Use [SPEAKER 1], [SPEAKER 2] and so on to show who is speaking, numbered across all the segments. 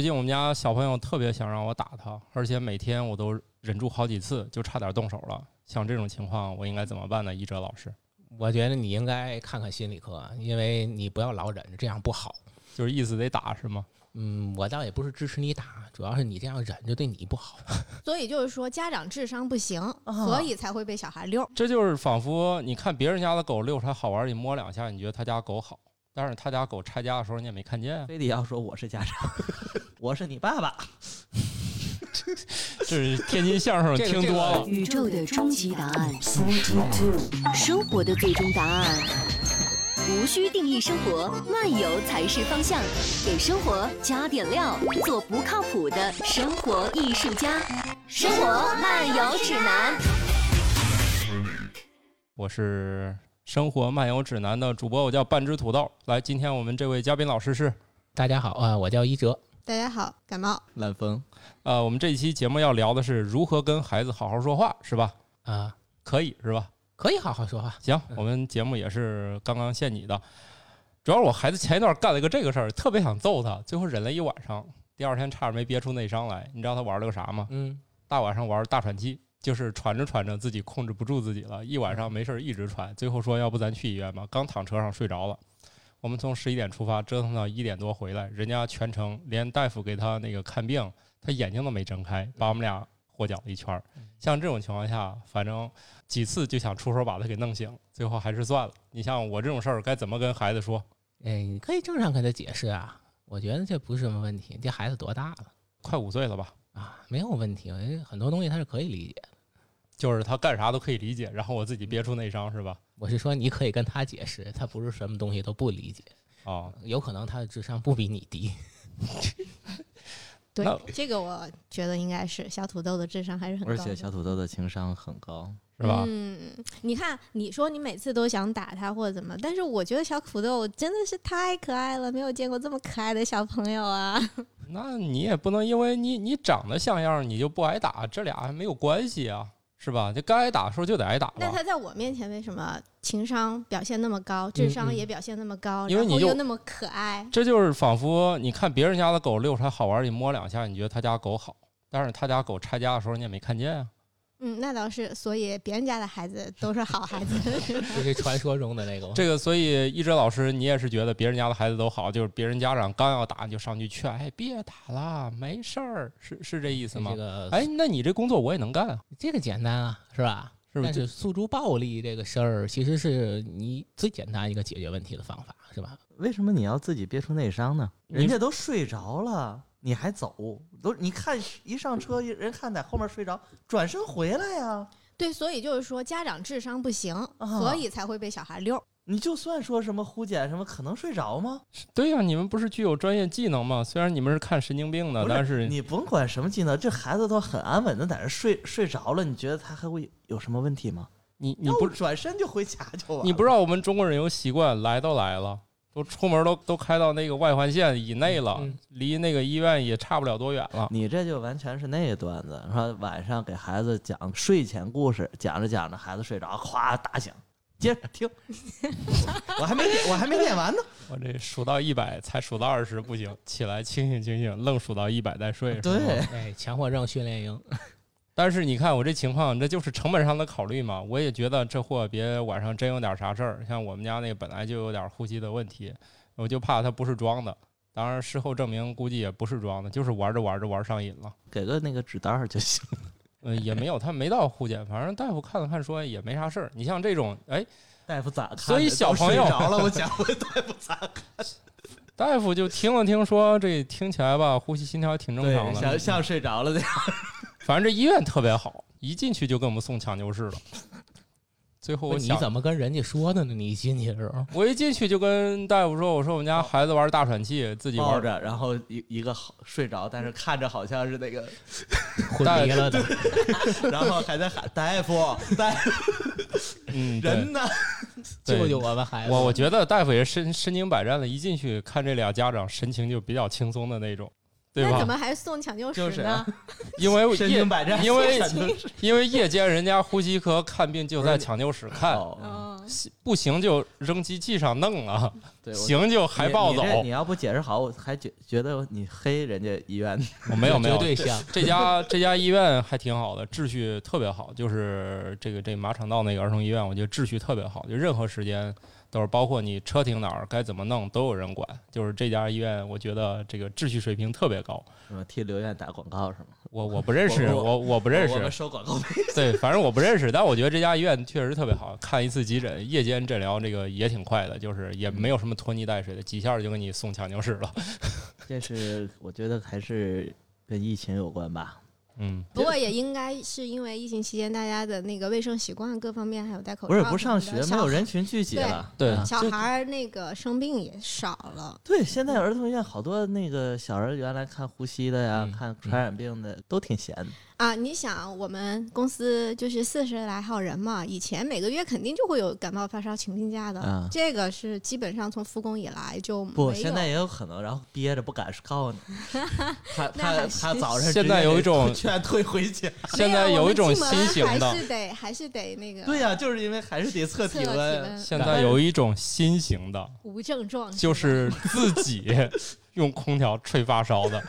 [SPEAKER 1] 最近我们家小朋友特别想让我打他，而且每天我都忍住好几次，就差点动手了。像这种情况，我应该怎么办呢？一哲老师，
[SPEAKER 2] 我觉得你应该看看心理科，啊因为你不要老忍，这样不好。
[SPEAKER 1] 就是意思得打是吗？
[SPEAKER 2] 嗯，我倒也不是支持你打，主要是你这样忍就对你不好。
[SPEAKER 3] 所以就是说，家长智商不行，所以才会被小孩溜。
[SPEAKER 1] 这就是仿佛你看别人家的狗遛出来好玩，你摸两下，你觉得他家狗好，但是他家狗拆家的时候你也没看见啊。
[SPEAKER 4] 非得要说我是家长， 我是你爸爸。
[SPEAKER 1] 这是天津相声
[SPEAKER 2] 这个
[SPEAKER 1] 听多了，
[SPEAKER 5] 宇宙的终极答案，生活的最终答案。无需定义生活，漫游才是方向。给生活加点料，做不靠谱的生活艺术家。生活漫游指南。
[SPEAKER 1] 我是生活漫游指南的主播，我叫半只土豆。来，今天我们这位嘉宾老师是。
[SPEAKER 2] 大家好啊，我叫一哲。
[SPEAKER 3] 大家好，感冒
[SPEAKER 4] 懒 风，
[SPEAKER 1] 呃，我们这一期节目要聊的是如何跟孩子好好说话，是吧？
[SPEAKER 2] 啊，
[SPEAKER 1] 可以是吧？
[SPEAKER 2] 可以好好说话。
[SPEAKER 1] 行，我们节目也是刚刚现拟的。主要是我孩子前一段干了一个这个事儿，特别想揍他，最后忍了一晚上，第二天差点没憋出内伤来。你知道他玩了个啥吗？
[SPEAKER 2] 嗯，
[SPEAKER 1] 大晚上玩大喘气，就是喘着喘着自己控制不住自己了，一晚上没事儿一直喘，最后说要不咱去医院吧。刚躺车上睡着了，我们从十一点出发，折腾到一点多回来，人家全程连大夫给他那个看病，他眼睛都没睁开，把我们俩活搅了一圈儿。像这种情况下，反正几次就想出手把他给弄醒，最后还是算了。你像我这种事儿该怎么跟孩子说？
[SPEAKER 2] 哎，你可以正常跟他解释啊，我觉得这不是什么问题。这孩子多大了
[SPEAKER 1] 快五岁了吧，
[SPEAKER 2] 啊？没有问题，哎很多东西他是可以理解的。
[SPEAKER 1] 就是他干啥都可以理解，然后我自己憋出内伤是吧？
[SPEAKER 2] 我是说，你可以跟他解释，他不是什么东西都不理解，
[SPEAKER 1] 哦，
[SPEAKER 2] 有可能他的智商不比你低。
[SPEAKER 3] 对
[SPEAKER 1] 那
[SPEAKER 3] 这个，我觉得应该是小土豆的智商还是很高
[SPEAKER 4] 而
[SPEAKER 3] 的，
[SPEAKER 4] 且小土豆的情商很高，
[SPEAKER 1] 是吧？
[SPEAKER 3] 嗯，你看，你说你每次都想打他或者怎么，但是我觉得小土豆真的是太可爱了，没有见过这么可爱的小朋友啊。
[SPEAKER 1] 那你也不能因为你你长得像样儿，你就不挨打，这俩还没有关系啊，是吧？就该挨打的时候就得挨打
[SPEAKER 3] 那
[SPEAKER 1] 吧。
[SPEAKER 3] 他在我面前为什么情商表现那么高，智商
[SPEAKER 2] 嗯
[SPEAKER 3] 也表现那么高，
[SPEAKER 1] 因为
[SPEAKER 3] 然
[SPEAKER 1] 你
[SPEAKER 3] 后
[SPEAKER 1] 就
[SPEAKER 3] 又那么可爱？
[SPEAKER 1] 这就是仿佛你看别人家的狗遛出来好玩儿，你摸两下，你觉得他家狗好，但是他家狗拆家的时候你也没看见啊。
[SPEAKER 3] 嗯，那倒是，所以别人家的孩子都是好孩子。
[SPEAKER 2] 这是传说中的那个 吗？
[SPEAKER 1] 这个，所以一哲老师，你也是觉得别人家的孩子都好，就是别人家长刚要打你就上去劝，哎，别打了，没事儿，是是这意思吗
[SPEAKER 2] 这？个
[SPEAKER 1] 哎，那你这工作我也能干啊，
[SPEAKER 2] 这个简单啊，是吧？
[SPEAKER 1] 是不
[SPEAKER 2] 但
[SPEAKER 1] 是？
[SPEAKER 2] 是诉诸暴力这个事儿，其实是你最简单一个解决问题的方法，是吧？
[SPEAKER 4] 为什么你要自己憋出内伤呢？
[SPEAKER 1] 你
[SPEAKER 4] 人家都睡着了，你还走？都你看一上车，人看在后面睡着，转身回来呀。
[SPEAKER 3] 对，所以就是说家长智商不行，
[SPEAKER 4] 啊
[SPEAKER 3] 所以才会被小孩溜。
[SPEAKER 4] 你就算说什么呼减什么，可能睡着吗？
[SPEAKER 1] 对呀、你们不是具有专业技能吗？虽然你们是看神经病的，
[SPEAKER 4] 不
[SPEAKER 1] 但
[SPEAKER 4] 是
[SPEAKER 1] 啊是
[SPEAKER 4] 你甭管什么技能，这孩子都很安稳的在那睡睡着了，你觉得他还会有什么问题吗？
[SPEAKER 1] 你你
[SPEAKER 4] 要
[SPEAKER 1] 不
[SPEAKER 4] 转身就回家就完了。
[SPEAKER 1] 你不知道我们中国人有习惯，来都来了，都出门都都开到那个外环线以内了，
[SPEAKER 2] 嗯
[SPEAKER 1] 离那个医院也差不了多远了。
[SPEAKER 4] 你这就完全是那个段子，说晚上给孩子讲睡前故事，讲着讲着孩子睡着，咵打响，接着听。 我还没念我还没念完呢。
[SPEAKER 1] 我这数到一百才数到二十，不行，起来清醒清醒，愣数到一百再睡。是吗
[SPEAKER 4] 对，
[SPEAKER 2] 哎，强迫症训练营，
[SPEAKER 1] 但是你看我这情况，这就是成本上的考虑嘛。我也觉得这货别晚上真有点啥事儿，像我们家那个本来就有点呼吸的问题，我就怕他不是装的。当然，事后证明估计也不是装的，就是玩着玩着玩上瘾了。
[SPEAKER 4] 给个那个纸袋儿就行。
[SPEAKER 1] 呃，也没有，他没到护检，反正大夫看了看说也没啥事儿。你像这种，哎，
[SPEAKER 4] 大夫咋看着？
[SPEAKER 1] 所以小朋友
[SPEAKER 4] 都睡着了，我讲过大夫咋看
[SPEAKER 1] 大夫就听了听说，这听起来吧，呼吸心跳还挺正常
[SPEAKER 4] 对，像
[SPEAKER 1] 的，
[SPEAKER 4] 像睡着了那样。
[SPEAKER 1] 反正这医院特别好，一进去就给我们送抢救室了。最 后我
[SPEAKER 2] 你
[SPEAKER 1] 想，
[SPEAKER 2] 怎么跟人家说的呢？你进去的 时候，
[SPEAKER 1] 我一进去就跟大夫说，我说我们
[SPEAKER 4] 哦
[SPEAKER 1] 家孩子玩大喘气，自己
[SPEAKER 4] 抱
[SPEAKER 1] 玩。
[SPEAKER 4] 着，然后一一个好睡着，但是看着好像是那个，
[SPEAKER 2] 昏
[SPEAKER 1] 大
[SPEAKER 2] 迷了的，
[SPEAKER 4] 然后还在喊大夫，大夫
[SPEAKER 1] 嗯，对
[SPEAKER 4] 人呢？
[SPEAKER 1] 对
[SPEAKER 2] 救救我吧，孩子！
[SPEAKER 1] 我我觉得大夫也身身经百战了，一进去看这俩家长神情就比较轻松的那种，对
[SPEAKER 3] 那怎
[SPEAKER 1] 吧？
[SPEAKER 3] 么还送抢救
[SPEAKER 4] 就
[SPEAKER 3] 室
[SPEAKER 4] 是
[SPEAKER 3] 呢
[SPEAKER 4] 啊？
[SPEAKER 1] 因为
[SPEAKER 4] 身
[SPEAKER 1] 夜
[SPEAKER 4] 经百战，
[SPEAKER 1] 因为
[SPEAKER 4] 全都是
[SPEAKER 1] 因为夜间人家呼吸科看病就在抢救室看，
[SPEAKER 4] 哦
[SPEAKER 3] 嗯，
[SPEAKER 1] 不行就扔机器上弄啊，
[SPEAKER 4] 对，我
[SPEAKER 1] 行就还
[SPEAKER 4] 你
[SPEAKER 1] 抱
[SPEAKER 4] 你这
[SPEAKER 1] 走
[SPEAKER 4] 你。要不解释好，我还觉觉得你黑人家医院。
[SPEAKER 1] 我哦没有没有
[SPEAKER 2] 绝，对香。
[SPEAKER 1] 这家这家医院还挺好的，秩序特别好。就是这个这马场道那个儿童医院，我觉得秩序特别好，就任何时间都是，包括你车停哪儿该怎么弄都有人管。就是这家医院，我觉得这个秩序水平特别高。
[SPEAKER 4] 什么替刘院打广告是吗？
[SPEAKER 1] 我我不认识，
[SPEAKER 4] 我
[SPEAKER 1] 我我不认
[SPEAKER 4] 我们
[SPEAKER 1] 识，
[SPEAKER 4] 收广告费。
[SPEAKER 1] 对，反正我不认识。但我觉得这家医院确实特别好，看一次急诊，夜间诊疗这个也挺快的，就是也没有什么拖泥带水的，几下就给你送抢救室了。
[SPEAKER 4] 这是我觉得还是跟疫情有关吧。
[SPEAKER 1] 嗯，
[SPEAKER 3] 不过也应该是因为疫情期间大家的那个卫生习惯各方面，还有戴口罩，
[SPEAKER 4] 不是不上学，没有。人群聚集
[SPEAKER 3] 对嗯
[SPEAKER 4] 了。
[SPEAKER 1] 对
[SPEAKER 4] 啊
[SPEAKER 3] 小
[SPEAKER 4] 就
[SPEAKER 3] 孩儿那个生病也少了，
[SPEAKER 4] 对，现在儿童医院好多那个小儿原来看呼吸的呀，
[SPEAKER 1] 嗯
[SPEAKER 4] 看传染病的都挺闲的。
[SPEAKER 3] 啊，你想，我们公司就是四十来号人嘛，以前每个月肯定就会有感冒发烧请病假的，
[SPEAKER 4] 啊
[SPEAKER 3] 这个是基本上从复工以来就没
[SPEAKER 4] 不，
[SPEAKER 3] 有。
[SPEAKER 4] 现在也有可能，然后憋着不敢告诉 你。他
[SPEAKER 3] 那
[SPEAKER 4] 他
[SPEAKER 3] 还
[SPEAKER 4] 他
[SPEAKER 3] 是
[SPEAKER 4] 早 上
[SPEAKER 1] 现在有一种
[SPEAKER 4] 直接给劝退回 家。
[SPEAKER 1] 现在
[SPEAKER 3] 没有
[SPEAKER 1] 有一种新型
[SPEAKER 3] 我们进门
[SPEAKER 1] 的
[SPEAKER 3] 还。是得还是得那个
[SPEAKER 4] 对呀、就是因为还是得测
[SPEAKER 3] 测
[SPEAKER 4] 体
[SPEAKER 3] 体
[SPEAKER 4] 温啊。
[SPEAKER 3] 温，
[SPEAKER 1] 现在有一种新型的，
[SPEAKER 3] 无症状
[SPEAKER 1] 就
[SPEAKER 3] 吧
[SPEAKER 1] 是自己用空调吹发烧的。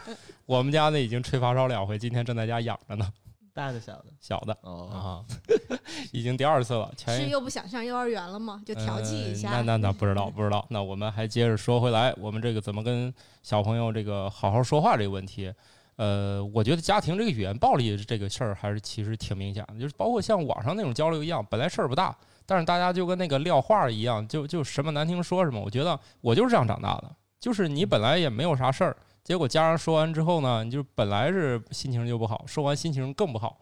[SPEAKER 1] 我们家那已经吹发烧两回，今天正在家养着呢，
[SPEAKER 4] 大的小的
[SPEAKER 1] 小的
[SPEAKER 4] 哦，
[SPEAKER 1] 啊， 已经第二次了。前
[SPEAKER 3] 是
[SPEAKER 1] 一
[SPEAKER 3] 又不想上幼儿园了嘛，就调剂一下。
[SPEAKER 1] 哎呃那那那不知道不知道。那我们还接着说回来，我们这个怎么跟小朋友这个好好说话这个问题。呃，我觉得家庭这个语言暴力这个事儿还是其实挺明显的，就是包括像网上那种交流一样，本来事儿不大，但是大家就跟那个撂话儿一样，就就什么难听说什么。我觉得我就是这样长大的，就是你本来也没有啥事儿，结果家人说完之后呢，你就本来是心情就不好，说完心情更不好。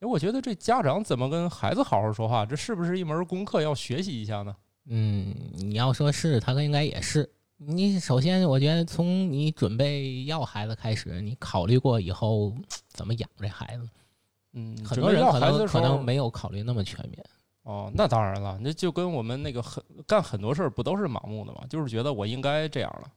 [SPEAKER 1] 哎，我觉得这家长怎么跟孩子好好说话，这是不是一门功课要学习一下呢？
[SPEAKER 2] 嗯，你要说是，他应该也是。你首先，我觉得从你准备要孩子开始，你考虑过以后怎么养这孩子吗？
[SPEAKER 1] 嗯，
[SPEAKER 2] 很
[SPEAKER 1] 准
[SPEAKER 2] 多
[SPEAKER 1] 备
[SPEAKER 2] 人
[SPEAKER 1] 要
[SPEAKER 2] 可
[SPEAKER 1] 孩子
[SPEAKER 2] 能
[SPEAKER 1] 的时
[SPEAKER 2] 可
[SPEAKER 1] 候
[SPEAKER 2] 能没有考虑那么全面。
[SPEAKER 1] 哦，那当然了，那就跟我们那个很干很多事儿不都是盲目的嘛，就是觉得我应该这样了。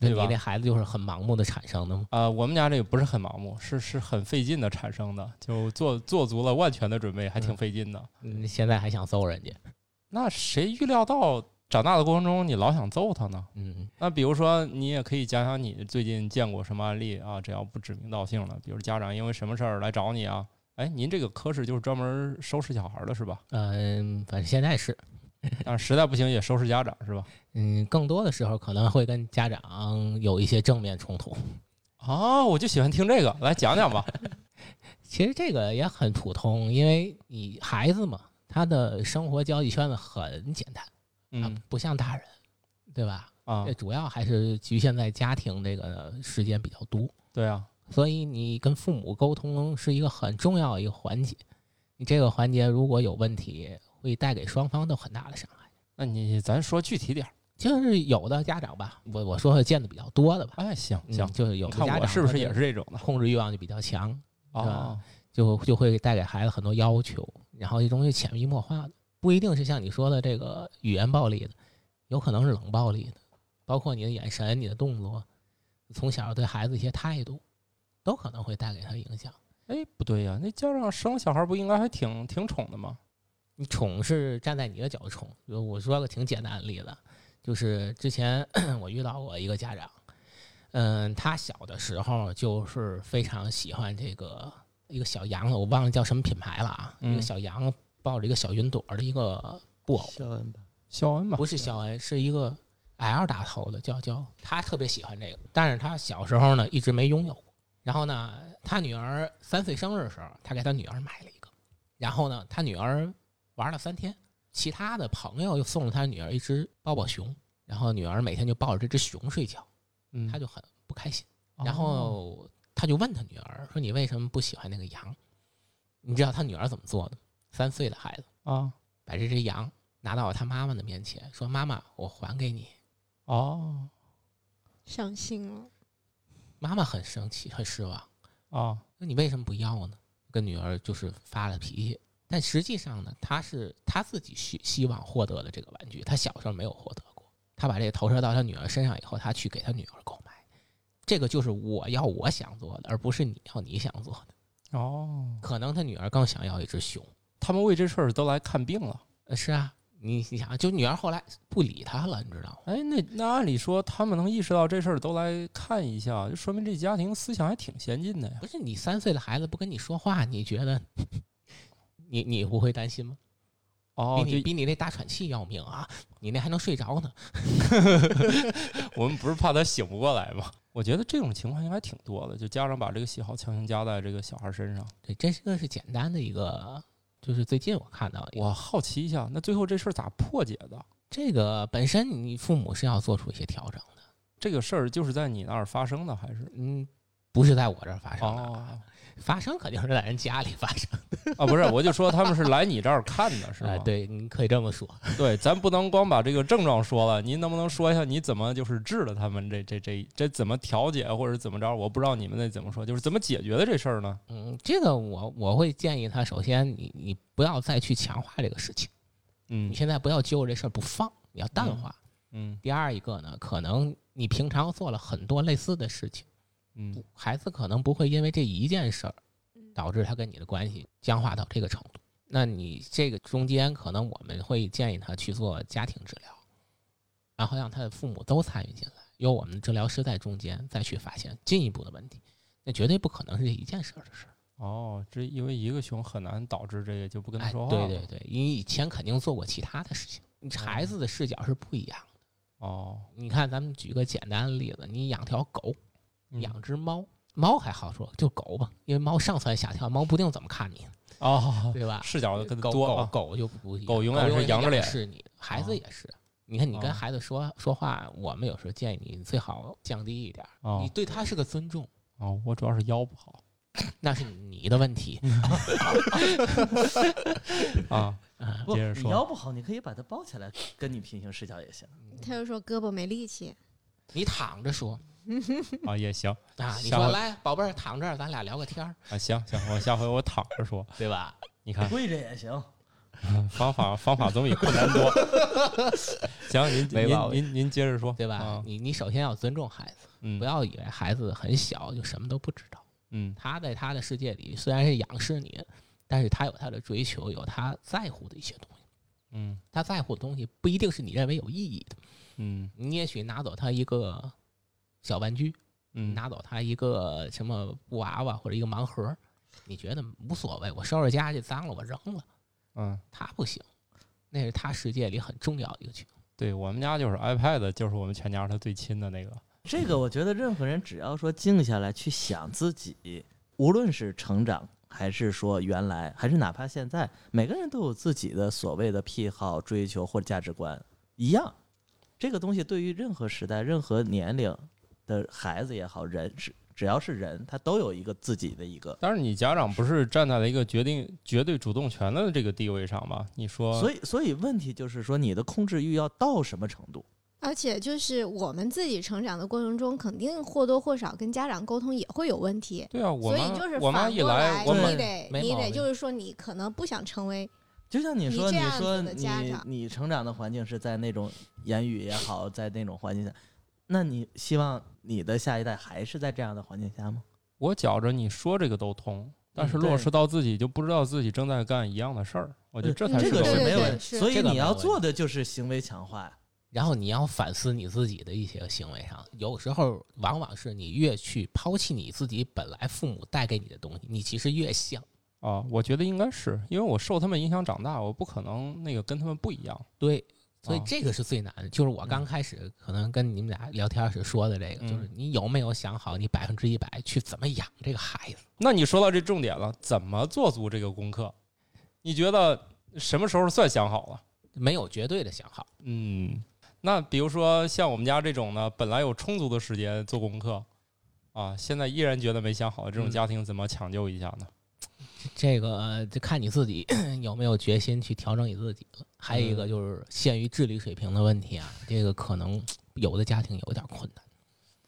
[SPEAKER 2] 那
[SPEAKER 1] 对
[SPEAKER 2] 你
[SPEAKER 1] 吧
[SPEAKER 2] 这孩子就是很盲目的产生的嘛。
[SPEAKER 1] 啊、我们家这个不是很盲目，是是很费劲的产生的，就做做足了万全的准备，还挺
[SPEAKER 2] 嗯
[SPEAKER 1] 费劲的。
[SPEAKER 2] 你现在还想揍人家？
[SPEAKER 1] 那谁预料到长大的过程中你老想揍他呢？
[SPEAKER 2] 嗯，
[SPEAKER 1] 那比如说，你也可以讲讲你最近见过什么案例啊？只要不指名道姓了，比如家长因为什么事儿来找你啊？哎，您这个科室就是专门收拾小孩儿的是 吧？
[SPEAKER 2] 嗯，反正现在是，
[SPEAKER 1] 但是实在不行也收拾家长是吧？
[SPEAKER 2] 嗯，更多的时候可能会跟家长有一些正面冲突。
[SPEAKER 1] 啊，我就喜欢听这个，来讲讲吧。
[SPEAKER 2] 其实这个也很普通，因为你孩子嘛，他的生活交际圈子很简单，啊
[SPEAKER 1] 嗯，
[SPEAKER 2] 不像大人，对吧？
[SPEAKER 1] 啊
[SPEAKER 2] 这，主要还是局限在家庭这个时间比较多，
[SPEAKER 1] 对啊，
[SPEAKER 2] 所以你跟父母沟通是一个很重要的一个环节。你这个环节如果有问题，会带给双方都很大的伤害。
[SPEAKER 1] 那你咱说具体点儿。
[SPEAKER 2] 就是有的家长吧，我我说的见的比较多的吧，
[SPEAKER 1] 哎，行
[SPEAKER 2] 嗯
[SPEAKER 1] 行，
[SPEAKER 2] 就是有
[SPEAKER 1] 你
[SPEAKER 2] 的
[SPEAKER 1] 看
[SPEAKER 2] 家
[SPEAKER 1] 我
[SPEAKER 2] 长
[SPEAKER 1] 是不
[SPEAKER 2] 他
[SPEAKER 1] 是
[SPEAKER 2] 这
[SPEAKER 1] 也
[SPEAKER 2] 个
[SPEAKER 1] 是这种的？
[SPEAKER 2] 控制欲望就比较强，
[SPEAKER 1] 哦，
[SPEAKER 2] 就就会带给孩子很多要求，然后这东西潜移默化的，不一定是像你说的这个语言暴力的，有可能是冷暴力的，包括你的眼神、你的动作，从小对孩子一些态度，都可能会带给他影响。
[SPEAKER 1] 哎，不对呀、那家长生小孩不应该还挺挺宠的吗？
[SPEAKER 2] 你宠是站在你的角度宠，就我说个挺简单的例子，就是之前 我遇到过一个家长，嗯，他小的时候就是非常喜欢这个一个小羊了，我忘了叫什么品牌了啊，一
[SPEAKER 1] 嗯
[SPEAKER 2] 个小羊抱着一个小云朵儿的一个布偶，
[SPEAKER 4] 肖恩吧，
[SPEAKER 1] 肖恩吧，
[SPEAKER 2] 不是肖恩，是一个 L 打头的，叫叫他特别喜欢这个，但是他小时候呢一直没拥有过。然后呢，他女儿三岁生日的时候，他给他女儿买了一个，然后呢，他女儿玩了三天，其他的朋友又送了他女儿一只抱抱熊，然后女儿每天就抱着这只熊睡觉，
[SPEAKER 1] 嗯，
[SPEAKER 2] 他就很不开心。
[SPEAKER 1] 哦
[SPEAKER 2] 然后他就问他女儿说：“你为什么不喜欢那个羊？”你知道他女儿怎么做的？三岁的孩子
[SPEAKER 1] 啊，
[SPEAKER 2] 把这只羊拿到他妈妈的面前，说：“妈妈，我还给你。
[SPEAKER 1] 哦
[SPEAKER 3] 伤心了。”
[SPEAKER 2] 妈妈很生气，很失望。
[SPEAKER 1] 啊，
[SPEAKER 2] 那你为什么不要呢？跟女儿就是发了脾气。但实际上呢，他是他自己希希望获得的这个玩具，他小时候没有获得过。他把这个投射到他女儿身上以后，他去给他女儿购买。这个就是我要我想做的，而不是你要你想做的。
[SPEAKER 1] 哦，
[SPEAKER 2] 可能他女儿更想要一只熊。
[SPEAKER 1] 他们为这事儿都来看病了。
[SPEAKER 2] 呃是啊，你你想，就女儿后来不理他了，你知道吗？
[SPEAKER 1] 哎，那那按理说他们能意识到这事儿，都来看一下，就说明这家庭思想还挺先进的呀。
[SPEAKER 2] 不是你三岁的孩子不跟你说话，你觉得你你不会担心吗？
[SPEAKER 1] 哦，
[SPEAKER 2] 比你
[SPEAKER 1] 就
[SPEAKER 2] 比你那大喘气要命啊！你那还能睡着呢。
[SPEAKER 1] 我们不是怕他醒不过来吗？ 我觉得这种情况应该挺多的，就家长把这个喜好强行加在这个小孩身上。
[SPEAKER 2] 对，这是个是简单的一个，就是最近我看到的一个
[SPEAKER 1] 我好奇一下，那最后这事儿咋破解的？
[SPEAKER 2] 这个本身你父母是要做出一些调整的，
[SPEAKER 1] 这个事儿就是在你那儿发生的，还是？
[SPEAKER 2] 嗯，不是在我这儿发生的
[SPEAKER 1] 哦
[SPEAKER 2] 啊，发生肯定是在人家里发生
[SPEAKER 1] 啊，不是，我就说他们是来你这儿看的，是
[SPEAKER 2] 的，
[SPEAKER 1] 吗？
[SPEAKER 2] 哎，对，你可以这么说。
[SPEAKER 1] 对，咱不能光把这个症状说了，您能不能说一下你怎么就是治了他们这这这这怎么调解或者怎么着？我不知道你们那怎么说，就是怎么解决的这事儿呢？
[SPEAKER 2] 嗯，这个我我会建议他，首先你你不要再去强化这个事情，
[SPEAKER 1] 嗯
[SPEAKER 2] 你现在不要揪着这事儿不放，你要淡化。
[SPEAKER 1] 嗯
[SPEAKER 2] 第二一个呢，可能你平常做了很多类似的事情，
[SPEAKER 1] 嗯
[SPEAKER 2] 孩子可能不会因为这一件事儿
[SPEAKER 3] 嗯
[SPEAKER 2] 导致他跟你的关系僵化到这个程度。那你这个中间，可能我们会建议他去做家庭治疗，然后让他的父母都参与进来，由我们治疗师在中间再去发现进一步的问题。那绝对不可能是这一件事儿的事儿。
[SPEAKER 1] 哦，这因为一个熊很难导致这个就不跟他
[SPEAKER 2] 哎，
[SPEAKER 1] 说话了、
[SPEAKER 2] 对对对，你以前肯定做过其他的事情，你孩子的视角是不一样的。
[SPEAKER 1] 哦，
[SPEAKER 2] 你看，咱们举个简单的例子，你养条狗，
[SPEAKER 1] 嗯
[SPEAKER 2] 养只猫，猫还好说，就狗吧，因为猫上蹿下跳，猫不定怎么看你呢，
[SPEAKER 1] 哦，
[SPEAKER 2] 对吧？
[SPEAKER 1] 视角跟
[SPEAKER 2] 狗
[SPEAKER 1] 多
[SPEAKER 2] 狗
[SPEAKER 1] 啊
[SPEAKER 2] 狗就不一样，
[SPEAKER 1] 狗永远是仰
[SPEAKER 2] 仰
[SPEAKER 1] 着脸
[SPEAKER 2] 视你的，孩
[SPEAKER 1] 哦
[SPEAKER 2] 子也是。你看，你
[SPEAKER 1] 哦
[SPEAKER 2] 跟孩子说说话，我们有时候建议你最好降低一点儿，你
[SPEAKER 1] 哦
[SPEAKER 2] 对他是个尊重，
[SPEAKER 1] 哦，我主要是腰不 好
[SPEAKER 2] 那是你的问题。
[SPEAKER 1] 嗯啊，
[SPEAKER 2] 啊
[SPEAKER 4] 不，
[SPEAKER 1] 接着
[SPEAKER 4] 你
[SPEAKER 1] 说
[SPEAKER 4] 腰不好，你可以把它抱起来，跟你平行视角也行。
[SPEAKER 3] 他就说胳膊没力气，
[SPEAKER 2] 你躺着说
[SPEAKER 1] 啊也行
[SPEAKER 2] 啊，你
[SPEAKER 1] 下
[SPEAKER 2] 说
[SPEAKER 1] 回
[SPEAKER 2] 来，宝贝儿躺这儿，咱俩聊个天儿，
[SPEAKER 1] 啊行行，我下回我躺着说，
[SPEAKER 2] 对吧？
[SPEAKER 1] 你 看
[SPEAKER 4] 跪着也行，
[SPEAKER 1] 方法方法总比困难多。 行，您
[SPEAKER 2] 没毛
[SPEAKER 1] 您您您接着说，
[SPEAKER 2] 对吧？
[SPEAKER 1] 啊、
[SPEAKER 2] 你你首先要尊重孩子，
[SPEAKER 1] 嗯
[SPEAKER 2] 不要以为孩子很小就什么都不知道。
[SPEAKER 1] 嗯
[SPEAKER 2] 他在他的世界里虽然是仰视你，但是他有他的追求，有他在乎的一些东西。
[SPEAKER 1] 嗯
[SPEAKER 2] 他在乎的东西不一定是你认为有意义的。
[SPEAKER 1] 嗯
[SPEAKER 2] 你也许拿走他一个小玩具，
[SPEAKER 1] 嗯，
[SPEAKER 2] 拿走他一个什么布娃娃或者一个盲盒，你觉得无所谓，我收拾家去脏了我扔了，
[SPEAKER 1] 嗯，
[SPEAKER 2] 他不行，那是他世界里很重要的一个区。
[SPEAKER 1] 对我们家就是 iPad，就是我们全家他最亲的那个。
[SPEAKER 4] 这个我觉得任何人只要说静下来去想自己，无论是成长还是说原来，还是哪怕现在，每个人都有自己的所谓的癖好、追求或价值观，一样。这个东西对于任何时代、任何年龄的孩子也好，人只只要是人，他都有一个自己的一个。
[SPEAKER 1] 但是你家长不是站在了一个决定绝对主动权的这个地位上吗？你说，
[SPEAKER 4] 所
[SPEAKER 1] 以
[SPEAKER 4] 以，所以问题就是说，你的控制欲要到什么程度？
[SPEAKER 3] 而且就是我们自己成长的过程中，肯定或多或少跟家长沟通也会有问题。
[SPEAKER 1] 对啊，我
[SPEAKER 3] 所以
[SPEAKER 1] 妈
[SPEAKER 3] 就是
[SPEAKER 1] 我妈
[SPEAKER 3] 反
[SPEAKER 1] 一
[SPEAKER 3] 过来，
[SPEAKER 1] 我
[SPEAKER 4] 对
[SPEAKER 1] 妈
[SPEAKER 3] 你得
[SPEAKER 2] 没
[SPEAKER 3] 你
[SPEAKER 2] 毛
[SPEAKER 3] 得
[SPEAKER 2] 病
[SPEAKER 3] 就是说，你可能不想成为
[SPEAKER 4] 就像你
[SPEAKER 3] 你
[SPEAKER 4] 说，
[SPEAKER 3] 这
[SPEAKER 4] 你
[SPEAKER 3] 样
[SPEAKER 4] 说
[SPEAKER 3] 子的家
[SPEAKER 4] 你
[SPEAKER 3] 长
[SPEAKER 4] 你成长的环境是在那种言语也好，在那种环境下，那你希望你的下一代还是在这样的环境下吗？
[SPEAKER 1] 我觉着你说这个都通，但是
[SPEAKER 4] 嗯
[SPEAKER 1] 落
[SPEAKER 4] 对呃
[SPEAKER 1] 实到自己就不知道自己正在干一样的事儿，我觉得这才
[SPEAKER 3] 嗯
[SPEAKER 1] 是
[SPEAKER 4] 个
[SPEAKER 1] 有
[SPEAKER 3] 对
[SPEAKER 4] 是
[SPEAKER 1] 问题
[SPEAKER 4] 没有
[SPEAKER 3] 对
[SPEAKER 4] 问
[SPEAKER 3] 对
[SPEAKER 4] 题，
[SPEAKER 3] 是
[SPEAKER 4] 所以
[SPEAKER 2] 这个
[SPEAKER 4] 你
[SPEAKER 2] 没
[SPEAKER 4] 要
[SPEAKER 2] 有问
[SPEAKER 4] 做的就是行为强化。
[SPEAKER 2] 然后你要反思你自己的一些行为上，有时候往往是你越去抛弃你自己本来父母带给你的东西，你其实越像。
[SPEAKER 1] 啊。我觉得应该是因为我受他们影响长大，我不可能那个跟他们不一样。
[SPEAKER 2] 对，所以
[SPEAKER 1] 哦嗯
[SPEAKER 2] 这个是最难的。就是我刚开始可能跟你们俩聊天时说的这个，就是你有没有想好你百分之一百去怎么养这个孩子？
[SPEAKER 1] 那你说到这重点了，怎么做足这个功课？你觉得什么时候算想好了？
[SPEAKER 2] 没有绝对的想好，
[SPEAKER 1] 嗯，那比如说像我们家这种呢，本来有充足的时间做功课啊，现在依然觉得没想好的这种
[SPEAKER 2] 嗯
[SPEAKER 1] 家庭，怎么抢救一下呢？
[SPEAKER 2] 这个呃就看你自己 有没有决心去调整你自己了。还有一
[SPEAKER 1] 嗯
[SPEAKER 2] 个就是限于智力水平的问题啊，这个可能有的家庭有点困难。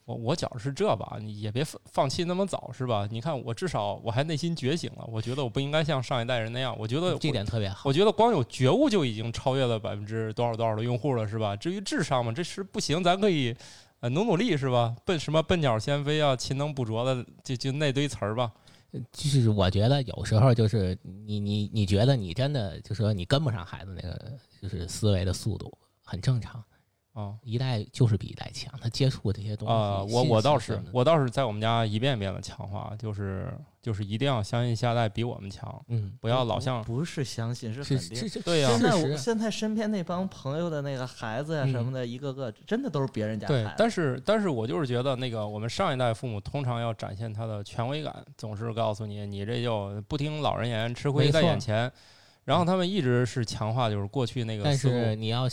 [SPEAKER 1] 我我觉着是这吧，你也别放放弃那么早，是吧？你看我至少我还内心觉醒了，我觉得我不应该像上一代人那样，我觉得
[SPEAKER 2] 嗯这
[SPEAKER 1] 我
[SPEAKER 2] 点特别好。
[SPEAKER 1] 我觉得光有觉悟就已经超越了百分之多少多少的用户了，是吧？至于智商嘛，这是不行，咱可以呃努努力，是吧？笨什么笨鸟先飞啊，勤能补拙的，就就那堆词儿吧。
[SPEAKER 2] 就是我觉得有时候就是你你你觉得你真的就说你跟不上孩子那个就是思维的速度，很正常。
[SPEAKER 1] 啊
[SPEAKER 2] 一代就是比一代强，他接触这些东西。
[SPEAKER 1] 啊，我
[SPEAKER 2] 信
[SPEAKER 1] 我
[SPEAKER 2] 息
[SPEAKER 1] 倒
[SPEAKER 2] 什
[SPEAKER 1] 是
[SPEAKER 2] 么的
[SPEAKER 1] 我倒是在我们家一遍一遍的强化，就是就是一定要相信下一代比我们强，
[SPEAKER 2] 嗯，
[SPEAKER 1] 不要老像
[SPEAKER 4] 不是相信，是
[SPEAKER 2] 是
[SPEAKER 4] 肯定
[SPEAKER 2] 是。是，
[SPEAKER 1] 对呀
[SPEAKER 4] 现在
[SPEAKER 2] 事
[SPEAKER 4] 我
[SPEAKER 2] 实
[SPEAKER 4] 现在身边那帮朋友的那个孩子呀、什么的，一个个真的都是别人家
[SPEAKER 1] 对
[SPEAKER 4] 孩，子。
[SPEAKER 1] 但是但是我就是觉得那个我们上一代父母通常要展现他的权威感，总是告诉你你这就不听老人言，吃亏
[SPEAKER 2] 没
[SPEAKER 1] 在
[SPEAKER 2] 错
[SPEAKER 1] 眼前。然后他们一直是强化就是过去那个
[SPEAKER 2] 但
[SPEAKER 1] 思路，
[SPEAKER 2] 是你要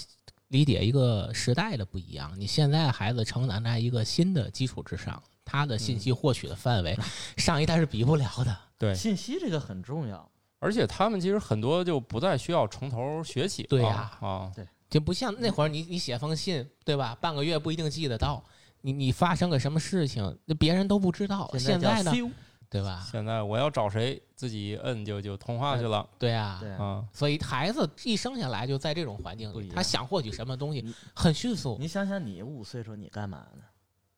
[SPEAKER 2] 理解一个时代的不一样，你现在孩子成长在一个新的基础之上，他的信
[SPEAKER 1] 嗯
[SPEAKER 2] 息获取的范围，上一代是比不了的。
[SPEAKER 1] 对
[SPEAKER 4] 信息这个很重要，
[SPEAKER 1] 而且他们其实很多就不再需要从头学起了。
[SPEAKER 2] 对
[SPEAKER 1] 呀
[SPEAKER 2] 呀、
[SPEAKER 1] 啊，
[SPEAKER 2] 就不像那会儿你你写封信对吧？半个月不一定记得到，你你发生个什么事情，那别人都不知道。哦现
[SPEAKER 4] 叫
[SPEAKER 2] 在呢，
[SPEAKER 4] feel
[SPEAKER 2] 对吧？
[SPEAKER 1] 现在我要找谁，自己一摁就就通话去了
[SPEAKER 2] 对啊，
[SPEAKER 4] 对啊。
[SPEAKER 1] 啊。
[SPEAKER 2] 所以孩子一生下来就在这种环境
[SPEAKER 4] 不一
[SPEAKER 2] 里，
[SPEAKER 4] 样嗯
[SPEAKER 2] 他想获取什么东西
[SPEAKER 4] 你
[SPEAKER 2] 很迅速，
[SPEAKER 4] 你想想，你五岁时候你干嘛呢？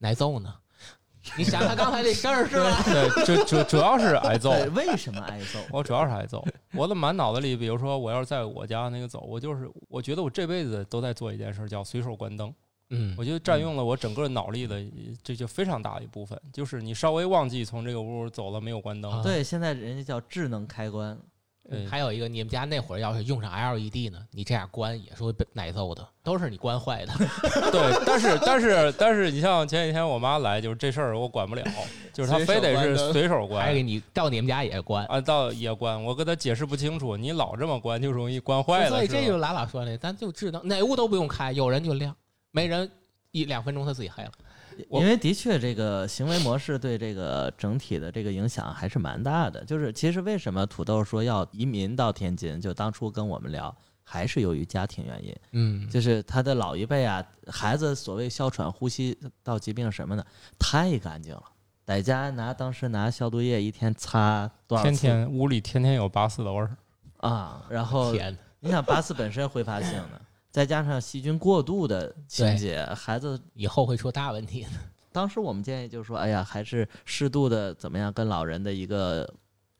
[SPEAKER 2] 挨揍呢。你想他刚才 这事儿是吧？
[SPEAKER 1] 对，就主主要是挨揍，
[SPEAKER 4] 对，为什么挨揍？
[SPEAKER 1] 我主要是挨揍。我的满脑子里，比如说我要是在我家那个走，我就是我觉得我这辈子都在做一件事，叫随手关灯。
[SPEAKER 2] 嗯
[SPEAKER 1] 我觉得占用了我整个脑力的，这就非常大一部分。就是你稍微忘记从这个屋走了，没有关灯呃
[SPEAKER 2] 啊，
[SPEAKER 4] 对，现在人家叫智能开关，
[SPEAKER 1] 对
[SPEAKER 2] 还有一个，你们家那会儿要是用上 LED 呢，你这样关也是会被挨揍的，都是你关坏的。
[SPEAKER 1] 对，但是但是但是，你像前几天我妈来，就是这事儿我管不了，就是她非得是随手
[SPEAKER 2] 还给
[SPEAKER 1] 关。
[SPEAKER 2] 你到你们家也关。
[SPEAKER 1] 啊，到也关，我跟她解释不清楚，你老这么关就容易关坏了。
[SPEAKER 2] 所以
[SPEAKER 1] 是
[SPEAKER 2] 这
[SPEAKER 1] 吧
[SPEAKER 2] 就拉老说的，咱就智能，哪屋都不用开，有人就亮，没人一两分钟他自己黑了。
[SPEAKER 1] 我
[SPEAKER 4] 因为的确这个行为模式对这个整体的这个影响还是蛮大的。就是其实为什么土豆说要移民到天津，就当初跟我们聊，还是由于家庭原因。
[SPEAKER 2] 嗯
[SPEAKER 4] 就是他的老一辈啊，孩子所谓哮喘、呼吸道疾病什么的，太干净了，在家拿当时拿消毒液一天擦多少次
[SPEAKER 1] 天天屋里天天有八四的味儿。
[SPEAKER 4] 啊，然后
[SPEAKER 2] 天哪，
[SPEAKER 4] 你想八四本身挥发性的，再加上细菌过度的情节，孩子
[SPEAKER 2] 以后会出大问题的。
[SPEAKER 4] 当时我们建议就是说，哎呀，还是适度的怎么样跟老人的一个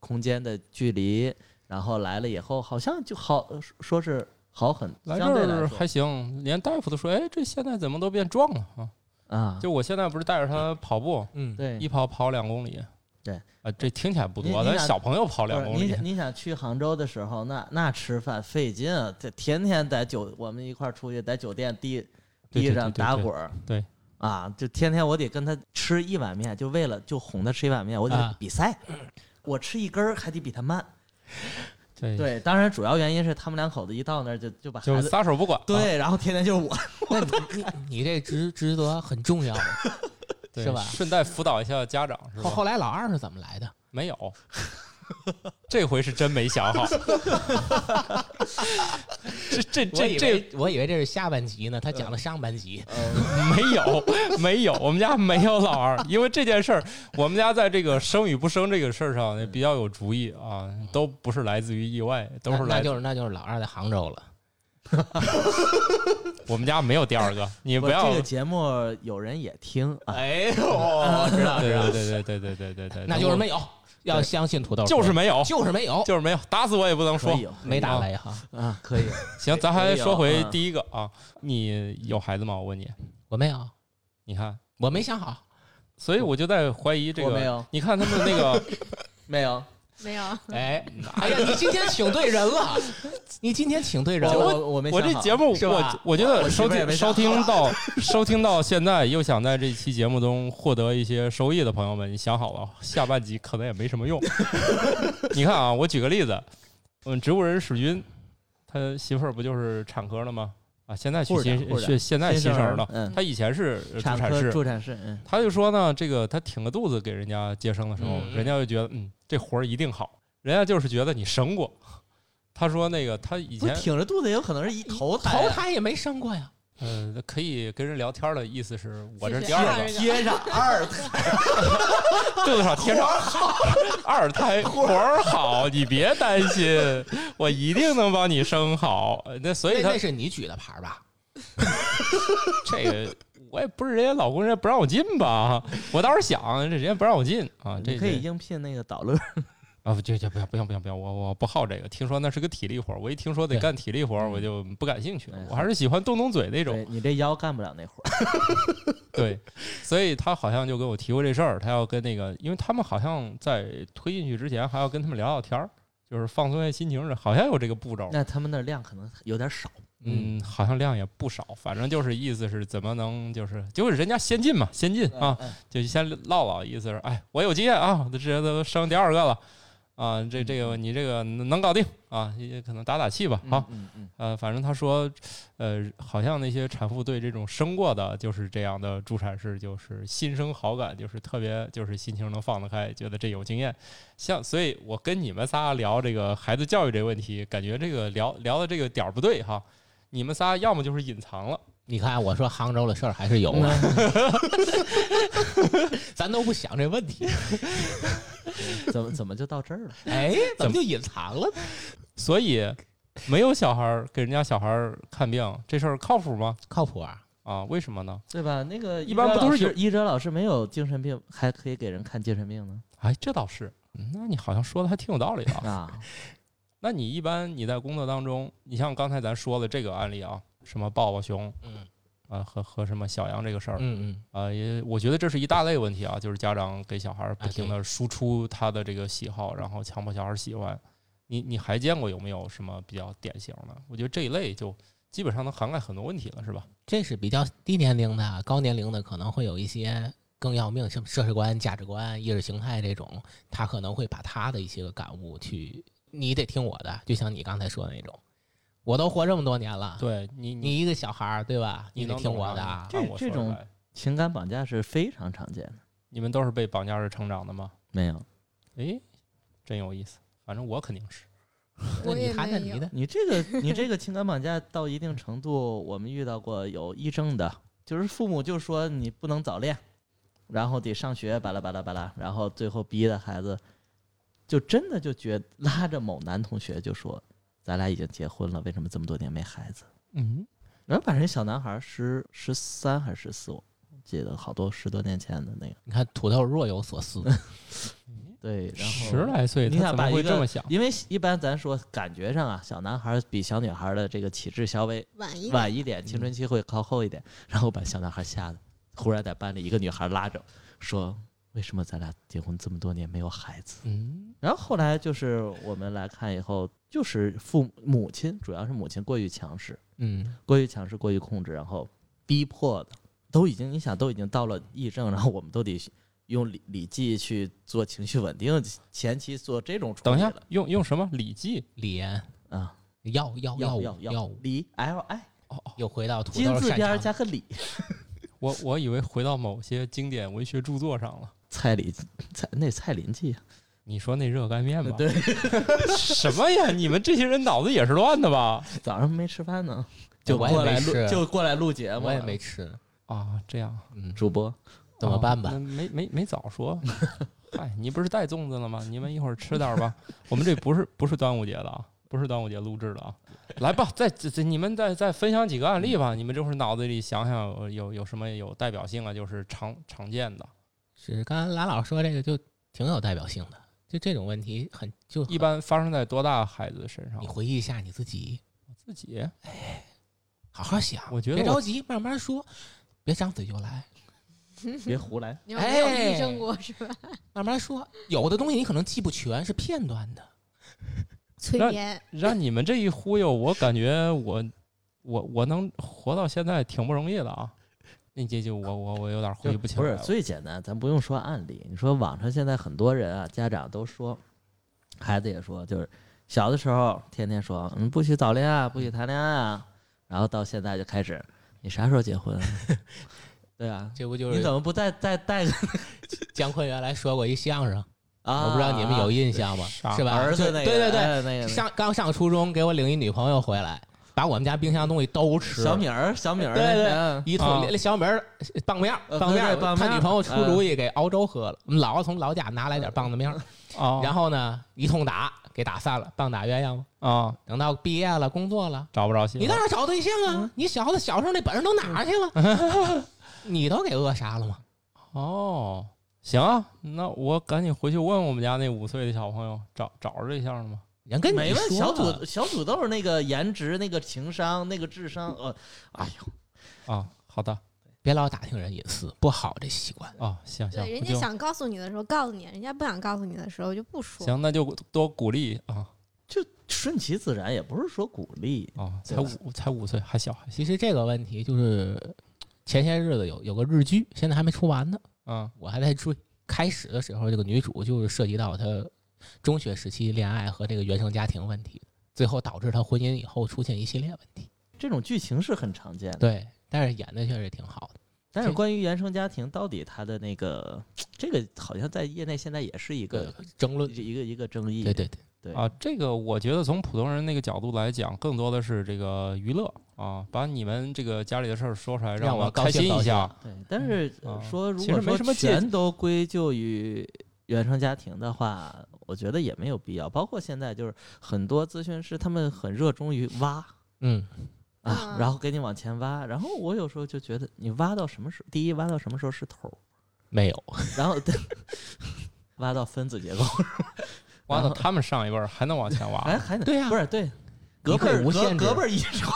[SPEAKER 4] 空间的距离，然后来了以后好像就好说是好很，
[SPEAKER 1] 来这
[SPEAKER 4] 相对来
[SPEAKER 1] 儿
[SPEAKER 4] 说
[SPEAKER 1] 还行，连大夫都说，哎，这现在怎么都变壮了啊？
[SPEAKER 4] 啊，
[SPEAKER 1] 就我现在不是带着他跑步，
[SPEAKER 2] 嗯，
[SPEAKER 4] 对
[SPEAKER 1] 一。跑跑两公里。
[SPEAKER 4] 对，
[SPEAKER 1] 啊，这听起来不
[SPEAKER 4] 你
[SPEAKER 1] 多，
[SPEAKER 4] 你
[SPEAKER 1] 咱
[SPEAKER 4] 想
[SPEAKER 1] 小朋友跑
[SPEAKER 4] 不
[SPEAKER 1] 两
[SPEAKER 4] 是
[SPEAKER 1] 公
[SPEAKER 4] 你
[SPEAKER 1] 里
[SPEAKER 4] 想你想去杭州的时候，那那吃饭费劲啊，这天天在酒我们一块儿出去，在酒店地
[SPEAKER 1] 对对
[SPEAKER 4] 地
[SPEAKER 1] 对
[SPEAKER 4] 上
[SPEAKER 1] 对
[SPEAKER 4] 打
[SPEAKER 1] 对
[SPEAKER 4] 滚儿，
[SPEAKER 1] 对
[SPEAKER 4] 啊，就天天我得跟他吃一碗面，就为了就哄他吃一碗面，我得
[SPEAKER 2] 啊
[SPEAKER 4] 比赛，我吃一根儿还得比他慢。
[SPEAKER 1] 对，
[SPEAKER 4] 对，当然主要原因是他们两口子一到那儿就就把
[SPEAKER 1] 哎就
[SPEAKER 4] 孩子
[SPEAKER 1] 撒手不管。
[SPEAKER 4] 对，然后天天 就是我，
[SPEAKER 2] 那你你这职职责很重要。
[SPEAKER 1] 对
[SPEAKER 2] 是吧
[SPEAKER 1] 顺带辅导一下家长是
[SPEAKER 2] 后
[SPEAKER 1] 吧？
[SPEAKER 2] 后来老二是怎么来的？
[SPEAKER 1] 没有，这回是真没想好。这这
[SPEAKER 2] 我
[SPEAKER 1] 这
[SPEAKER 2] 以
[SPEAKER 1] 这嗯
[SPEAKER 2] 为我以为这是下半集呢，他讲了上半集。
[SPEAKER 1] 没有，没有，我们家没有老二，因为这件事儿，我们家在这个生与不生这个事儿上比较有主意啊，都不是来自于意外，都是
[SPEAKER 2] 那那
[SPEAKER 1] 来自
[SPEAKER 2] 就是那就是老二在杭州了。
[SPEAKER 1] 我们家没有第二个，你不
[SPEAKER 4] 我
[SPEAKER 1] 要
[SPEAKER 4] 这个。节目有人也听啊，
[SPEAKER 2] 哎呦，我知道
[SPEAKER 1] 对对对对对对对对对，
[SPEAKER 2] 那就是没有，要相信土豆，
[SPEAKER 1] 就是没有，
[SPEAKER 2] 就是没有，
[SPEAKER 1] 就是没有，打死我也不能
[SPEAKER 4] 可
[SPEAKER 1] 说。
[SPEAKER 4] 以
[SPEAKER 2] 没打雷哈。
[SPEAKER 4] 啊，可以，
[SPEAKER 1] 行，咱
[SPEAKER 4] 可
[SPEAKER 1] 还
[SPEAKER 4] 以有
[SPEAKER 1] 说回
[SPEAKER 4] 嗯
[SPEAKER 1] 第一个啊，你有孩子吗？我问你，
[SPEAKER 2] 我没有，
[SPEAKER 1] 你看，
[SPEAKER 2] 我没想 好。
[SPEAKER 1] 所以我就在怀疑这
[SPEAKER 4] 我没
[SPEAKER 1] 个。
[SPEAKER 4] 有
[SPEAKER 1] 你看他们那 个，
[SPEAKER 4] 没有，
[SPEAKER 3] 没有，
[SPEAKER 2] 哎，哎呀，你今天请对人了，你今天请对人
[SPEAKER 4] 我
[SPEAKER 2] 了。
[SPEAKER 4] 我我没
[SPEAKER 1] 我
[SPEAKER 4] 想
[SPEAKER 1] 这
[SPEAKER 4] 好
[SPEAKER 1] 节目，
[SPEAKER 2] 是
[SPEAKER 1] 我
[SPEAKER 2] 吧
[SPEAKER 1] 我觉得
[SPEAKER 4] 我
[SPEAKER 1] 收
[SPEAKER 4] 媳妇儿
[SPEAKER 1] 听
[SPEAKER 4] 也没
[SPEAKER 1] 收
[SPEAKER 4] 想
[SPEAKER 1] 听到收听到现在，又想在这期节目中获得一些收益的朋友们，你想好了，下半集可能也没什么用。 你看啊，我举个例子，嗯，植物人史军，他媳妇儿不就是产科了吗？啊，现在去
[SPEAKER 4] 护士
[SPEAKER 1] 新
[SPEAKER 4] 长护士
[SPEAKER 1] 去现在新生儿了，
[SPEAKER 4] 嗯，
[SPEAKER 1] 他以前是呃助
[SPEAKER 4] 产
[SPEAKER 1] 产
[SPEAKER 4] 科
[SPEAKER 1] 士，
[SPEAKER 4] 助产士，嗯，
[SPEAKER 1] 他就说呢，这个他挺个肚子给人家接生的时候，
[SPEAKER 2] 嗯
[SPEAKER 1] 人家就觉得嗯，这活儿一定好，人家就是觉得你生过。他说那个他以
[SPEAKER 4] 不是
[SPEAKER 1] 前
[SPEAKER 4] 挺着肚子，有可能是一头胎
[SPEAKER 2] 头
[SPEAKER 4] 啊
[SPEAKER 2] 胎也没生过呀，
[SPEAKER 1] 呃可以跟人聊天的意思是我这
[SPEAKER 3] 是
[SPEAKER 1] 第二
[SPEAKER 3] 二
[SPEAKER 1] 个
[SPEAKER 3] 个
[SPEAKER 4] 贴上二胎，
[SPEAKER 1] 肚子上贴上二胎活儿好，你别担心，我一定能帮你生好。呃那所
[SPEAKER 2] 那
[SPEAKER 1] 以他
[SPEAKER 2] 那是你举的牌吧？
[SPEAKER 1] 这个我也不是人家老公，人家不让我进吧？我当时想，这人家不让我进啊，这
[SPEAKER 4] 你可
[SPEAKER 1] 这
[SPEAKER 4] 以应聘那个导乐，
[SPEAKER 1] 啊，不，这这不要不要不要不要，我我不好这个。听说那是个体力活儿，我一听说得
[SPEAKER 2] 对
[SPEAKER 1] 干体力活儿，我就不感兴趣
[SPEAKER 4] 哎。
[SPEAKER 1] 我还是喜欢动动嘴那种哦
[SPEAKER 4] 对。你这腰干不了那活儿。
[SPEAKER 1] 对，所以他好像就跟我提过这事儿，他要跟那个，因为他们好像在推进去之前还要跟他们聊聊天儿，就是放松一下心情，好像有这个步骤。
[SPEAKER 4] 那他们那量可能有点少，
[SPEAKER 1] 嗯，好像量也不少，反正就是意思是怎么能就是就是人家先进嘛，先进啊，
[SPEAKER 4] 嗯，
[SPEAKER 1] 就先唠唠，意思是哎，我有经验啊，这这都生第二个了啊，这这个你这个能搞定啊，也可能打打气吧，好、
[SPEAKER 4] 嗯，嗯嗯
[SPEAKER 1] 呃，反正他说，呃，好像那些产妇对这种生过的，就是这样的助产士，就是心生好感，就是特别，就是心情能放得开，觉得这有经验。像，所以我跟你们仨聊这个孩子教育这个问题，感觉这个聊聊的这个点儿不对哈。你们仨要么就是隐藏了，
[SPEAKER 2] 你看，我说杭州的事儿还是
[SPEAKER 4] 嗯
[SPEAKER 2] 有啊，咱都不想这问题，
[SPEAKER 4] 嗯怎么怎么就到这儿了？
[SPEAKER 2] 哎， 怎么就隐藏了呢？
[SPEAKER 1] 所以没有小孩儿给人家小孩儿看病这事儿靠谱吗？
[SPEAKER 2] 靠谱啊！
[SPEAKER 1] 啊，为什么呢？
[SPEAKER 4] 对吧？那个
[SPEAKER 1] 一般不都是有
[SPEAKER 4] 医者老师没有精神病，还可以给人看精神病呢？
[SPEAKER 1] 哎，这倒是，那你好像说的还挺有道理 的啊。
[SPEAKER 4] 啊，
[SPEAKER 1] 那你一般你在工作当中，你像刚才咱说的这个案例啊，什么抱抱熊
[SPEAKER 2] 嗯
[SPEAKER 1] 啊、和和什么小羊这个事儿
[SPEAKER 2] 嗯嗯，
[SPEAKER 1] 啊、也我觉得这是一大类问题啊，就是家长给小孩儿不
[SPEAKER 2] 哎
[SPEAKER 1] 停的输出他的这个喜好，然后强迫小孩儿喜欢。你你还见过有没有什么比较典型的？我觉得这一类就基本上能涵盖很多问题了，是吧？
[SPEAKER 2] 这是比较低年龄的，啊高年龄的可能会有一些更要命，什么社会观、价值观、意识形态这种，他可能会把他的一些个感悟去，你得听我的，就像你刚才说的那种，我都活这么多年了，
[SPEAKER 1] 对你你
[SPEAKER 2] 啊你一个小孩儿对吧？
[SPEAKER 1] 你
[SPEAKER 2] 你得
[SPEAKER 1] 能
[SPEAKER 2] 听
[SPEAKER 1] 懂
[SPEAKER 2] 我
[SPEAKER 1] 上
[SPEAKER 2] 的
[SPEAKER 1] 吗
[SPEAKER 2] 啊，
[SPEAKER 1] 按
[SPEAKER 4] 这
[SPEAKER 1] 我
[SPEAKER 4] 这
[SPEAKER 1] 说
[SPEAKER 4] 种
[SPEAKER 1] 出来
[SPEAKER 4] 情感绑架是非常常见的。
[SPEAKER 1] 你们都是被绑架式成长的吗？
[SPEAKER 4] 没有，
[SPEAKER 1] 诶，真有意思。反正我肯定是。
[SPEAKER 2] 那
[SPEAKER 3] 我
[SPEAKER 2] 你
[SPEAKER 3] 也
[SPEAKER 2] 谈谈你
[SPEAKER 3] 没有
[SPEAKER 2] 的，
[SPEAKER 4] 你这个你这个情感绑架到一定程度，我们遇到过有医生的，就是父母就说你不能早恋，然后得上学，巴拉巴拉巴拉，然后最后逼的孩子，就真的就觉拉着某男同学就说，咱俩已经结婚了，为什么这么多年没孩子？
[SPEAKER 1] 嗯，
[SPEAKER 4] 然后把人小男孩十十三还是十四，我记得好多十多年前的那个，
[SPEAKER 2] 你看土豆若有所思，
[SPEAKER 4] 对，然后
[SPEAKER 1] 十来岁，
[SPEAKER 4] 你
[SPEAKER 1] 他
[SPEAKER 4] 想
[SPEAKER 1] 怎
[SPEAKER 4] 把
[SPEAKER 1] 么
[SPEAKER 4] 一
[SPEAKER 1] 会这
[SPEAKER 4] 个
[SPEAKER 1] 么想？
[SPEAKER 4] 因为一般咱说感觉上啊，小男孩比小女孩的这个体质稍微
[SPEAKER 3] 晚一
[SPEAKER 4] 晚一点，青春期会靠后一点，然后把小男孩吓得，忽然在班里一个女孩拉着说：“为什么咱俩结婚这么多年没有孩子
[SPEAKER 1] 嗯。？”
[SPEAKER 4] 然后后来就是我们来看以后，就是父母母亲，主要是母亲过于强势，
[SPEAKER 2] 嗯，
[SPEAKER 4] 过于强势、过于控制，然后逼迫的，都已经你想都已经到了抑症，然后我们都得用理理计去做情绪稳定，前期做这种处
[SPEAKER 1] 等一
[SPEAKER 4] 理
[SPEAKER 1] 下
[SPEAKER 4] 了，
[SPEAKER 1] 用用什么礼记？
[SPEAKER 2] 李岩
[SPEAKER 4] 啊，
[SPEAKER 2] 药哦药
[SPEAKER 4] 要
[SPEAKER 2] 物
[SPEAKER 4] 要
[SPEAKER 2] 药物，
[SPEAKER 4] 理 L I
[SPEAKER 1] 哦
[SPEAKER 2] 又回到土
[SPEAKER 4] 哎金
[SPEAKER 2] 豆
[SPEAKER 4] 字
[SPEAKER 2] 擅
[SPEAKER 4] 边
[SPEAKER 2] 长
[SPEAKER 4] 加 个理，
[SPEAKER 1] 我我以为回到某些经典文学著作上了。
[SPEAKER 4] 蔡李蔡那蔡林记啊，
[SPEAKER 1] 你说那热干面吧？
[SPEAKER 4] 对，
[SPEAKER 1] 什么呀？你们这些人脑子也是乱的吧？
[SPEAKER 4] 早上没吃饭呢，就
[SPEAKER 2] 哎我也
[SPEAKER 4] 过来
[SPEAKER 2] 没
[SPEAKER 4] 录
[SPEAKER 2] 吃
[SPEAKER 4] 就过来录节目了，
[SPEAKER 2] 我也没吃，
[SPEAKER 1] 啊，这样
[SPEAKER 2] 嗯，
[SPEAKER 4] 主播
[SPEAKER 2] 怎么办
[SPEAKER 1] 哦
[SPEAKER 2] 吧
[SPEAKER 1] 那？没没没早说。 嗨，你不是带粽子了吗？你们一会儿吃点儿吧。我们这不是不是端午节的啊，不是端午节录制的啊。来吧，再再再你们再再分享几个案例吧。你们这会儿脑子里想想有有有什么有代表性啊？就是常常见的，
[SPEAKER 2] 是刚才兰老师说这个就挺有代表性的，就这种问题很就很
[SPEAKER 1] 一般发生在多大孩子身上
[SPEAKER 2] 你？回忆一下你自己，
[SPEAKER 1] 自己
[SPEAKER 2] 好好想，
[SPEAKER 4] 啊
[SPEAKER 1] 我觉得
[SPEAKER 2] 别
[SPEAKER 1] 我
[SPEAKER 2] 着急，慢慢说，别张嘴就来，
[SPEAKER 4] 别胡来，
[SPEAKER 3] 你们没有
[SPEAKER 2] 哎
[SPEAKER 3] 遇上过是吧？
[SPEAKER 2] 慢慢说。有的东西你可能记不全，是片段的。
[SPEAKER 3] 催
[SPEAKER 1] 那
[SPEAKER 3] 眠，
[SPEAKER 1] 让你们这一忽悠，我感觉我我我能活到现在挺不容易的啊。那这就我我我有点回忆
[SPEAKER 4] 就
[SPEAKER 1] 不起
[SPEAKER 4] 不
[SPEAKER 1] 来
[SPEAKER 4] 是
[SPEAKER 1] 了。
[SPEAKER 4] 最简单，咱不用说案例，你说网上现在很多人啊，家长都说，孩子也说，就是小的时候天天说，嗯，不许早恋啊，不许谈恋爱啊，然后到现在就开始，你啥时候结婚、啊？ 对啊，
[SPEAKER 2] 这不就
[SPEAKER 4] 你
[SPEAKER 2] 是
[SPEAKER 4] 怎么不再 再带个
[SPEAKER 2] 姜昆原来说过一相声，
[SPEAKER 4] 啊？
[SPEAKER 2] 我不知道你们有印象吗？
[SPEAKER 1] 啥
[SPEAKER 2] 是吧？
[SPEAKER 4] 儿子
[SPEAKER 2] 就
[SPEAKER 4] 那个，
[SPEAKER 2] 对对对，
[SPEAKER 4] 哎那个
[SPEAKER 2] 上刚上初中，给我领一女朋友回来，把我们家冰箱东西都吃了
[SPEAKER 4] 小米儿，小米儿，
[SPEAKER 2] 对对
[SPEAKER 4] 对，
[SPEAKER 2] 一
[SPEAKER 1] 啊
[SPEAKER 2] 桶连小米儿棒面儿
[SPEAKER 4] 呃
[SPEAKER 2] 棒面儿
[SPEAKER 4] 对对棒面儿嗯
[SPEAKER 2] 他女朋友出主意给熬粥喝了。我们姥姥从老家拿来点棒子面儿，
[SPEAKER 4] 哦
[SPEAKER 1] 啊
[SPEAKER 2] 然后呢一通打给打散了，棒打鸳鸯嘛。
[SPEAKER 1] 啊，
[SPEAKER 2] 等到毕业了，工作了，
[SPEAKER 1] 找不着心了。
[SPEAKER 4] 嗯
[SPEAKER 2] 你倒是找对象啊！你小子小时候那本事都哪儿去了？ 你都给扼杀了吗？
[SPEAKER 1] 哦，行啊，那我赶紧回去问我们家那五岁的小朋友，找找着对象了吗？
[SPEAKER 2] 人跟你
[SPEAKER 4] 嗯没问
[SPEAKER 2] 说啊
[SPEAKER 4] 小
[SPEAKER 2] 了
[SPEAKER 4] 土小土豆那个颜值、那个情商、那个智商，呃，哎呦，
[SPEAKER 1] 啊，好的，
[SPEAKER 2] 别老打听人隐私，不好这习惯。
[SPEAKER 1] 啊，行行，
[SPEAKER 3] 对，人
[SPEAKER 1] 不
[SPEAKER 3] 家
[SPEAKER 1] 就
[SPEAKER 3] 想告诉你的时候告诉你，人家不想告诉你的时候就不说。
[SPEAKER 1] 行，那就多鼓励啊
[SPEAKER 4] 就顺其自然，也不是说鼓励。
[SPEAKER 1] 啊，
[SPEAKER 4] 对
[SPEAKER 1] 才五才五岁，还小还小，
[SPEAKER 2] 其实这个问题就是前些日子有有个日剧，现在还没出完呢，
[SPEAKER 1] 嗯
[SPEAKER 2] 我还在追。开始的时候，这个女主就是涉及到她中学时期恋爱和这个原生家庭问题，最后导致她婚姻以后出现一系列问题。
[SPEAKER 4] 这种剧情是很常见的，
[SPEAKER 2] 对，但是演的确实挺好的。
[SPEAKER 4] 但是
[SPEAKER 2] 这
[SPEAKER 4] 关于原生家庭，到底它的那个，这个好像在业内现在也是一个
[SPEAKER 2] 呃争论，
[SPEAKER 4] 一个一个争议。
[SPEAKER 2] 对对对，
[SPEAKER 4] 对
[SPEAKER 1] 啊，这个我觉得从普通人那个角度来讲，更多的是这个娱乐啊，把你们这个家里的事儿说出来，
[SPEAKER 2] 让
[SPEAKER 1] 我
[SPEAKER 2] 我高
[SPEAKER 1] 开
[SPEAKER 2] 兴
[SPEAKER 1] 心
[SPEAKER 2] 高
[SPEAKER 1] 一
[SPEAKER 2] 兴
[SPEAKER 1] 下。
[SPEAKER 4] 对，但是
[SPEAKER 1] 嗯啊
[SPEAKER 4] 说如
[SPEAKER 1] 其实
[SPEAKER 4] 果
[SPEAKER 1] 没什么
[SPEAKER 4] 说
[SPEAKER 1] 借鉴
[SPEAKER 4] 全都归咎于原生家庭的话，我觉得也没有必要。包括现在就是很多咨询师他们很热衷于挖
[SPEAKER 2] 嗯，
[SPEAKER 4] 啊，
[SPEAKER 3] 嗯
[SPEAKER 4] 然后给你往前挖，然后我有时候就觉得你挖到什么时候，第一挖到什么时候是头儿，
[SPEAKER 2] 没有，
[SPEAKER 4] 然后 对，挖到分子结构，
[SPEAKER 1] 挖到
[SPEAKER 4] 然后
[SPEAKER 1] 他们上一辈儿还能往前
[SPEAKER 4] 还
[SPEAKER 1] 挖，
[SPEAKER 4] 哎还能
[SPEAKER 2] 对呀
[SPEAKER 4] 不是对。隔辈
[SPEAKER 2] 可
[SPEAKER 4] 儿
[SPEAKER 2] 以无
[SPEAKER 4] 隔
[SPEAKER 2] 限制
[SPEAKER 4] 隔辈儿遗传，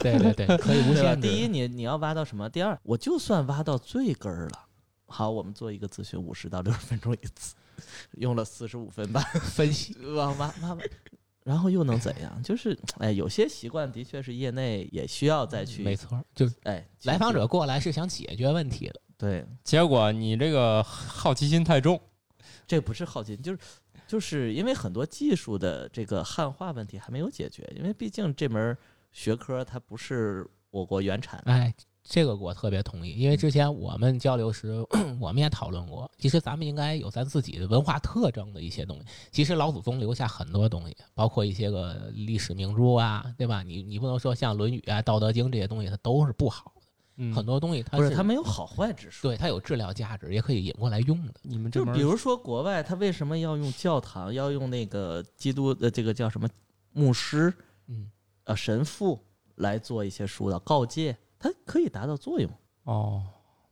[SPEAKER 2] 对对对，可以无
[SPEAKER 4] 对吧？
[SPEAKER 2] 限
[SPEAKER 4] 第一，
[SPEAKER 2] 制。
[SPEAKER 4] 你你要挖到什么？第二，我就算挖到最根儿了，好，我们做一个咨询，五十到六十分钟一次， 用了四十五分吧，
[SPEAKER 2] 分析，
[SPEAKER 4] 哇哇哇哇！然后又能怎样？就是哎，有些习惯的确是业内也需要再去
[SPEAKER 2] 嗯没错，就是
[SPEAKER 4] 哎，
[SPEAKER 2] 来访者过来是想解决问题的，
[SPEAKER 4] 对，
[SPEAKER 1] 结果你这个好奇心太重，
[SPEAKER 4] 这不是好奇，就是就是因为很多技术的这个汉化问题还没有解决，因为毕竟这门学科它不是我国原产，
[SPEAKER 2] 哎，这个我特别同意，因为之前我们交流时， 我们也讨论过，其实咱们应该有咱自己的文化特征的一些东西。其实老祖宗留下很多东西，包括一些个历史名著啊，对吧？你你不能说像《论语》啊、《道德经》这些东西，它都是不好的，
[SPEAKER 1] 嗯，
[SPEAKER 2] 很多东西它
[SPEAKER 4] 不是它没有好坏之说。
[SPEAKER 2] 对它有治疗价值，也可以引过来用的。
[SPEAKER 1] 你们这
[SPEAKER 4] 就
[SPEAKER 1] 门
[SPEAKER 4] 比如说国外，它为什么要用教堂，要用那个基督呃这个叫什么牧师
[SPEAKER 2] 嗯，
[SPEAKER 4] 呃神父来做一些疏导告诫，它可以达到作用。
[SPEAKER 1] 哦，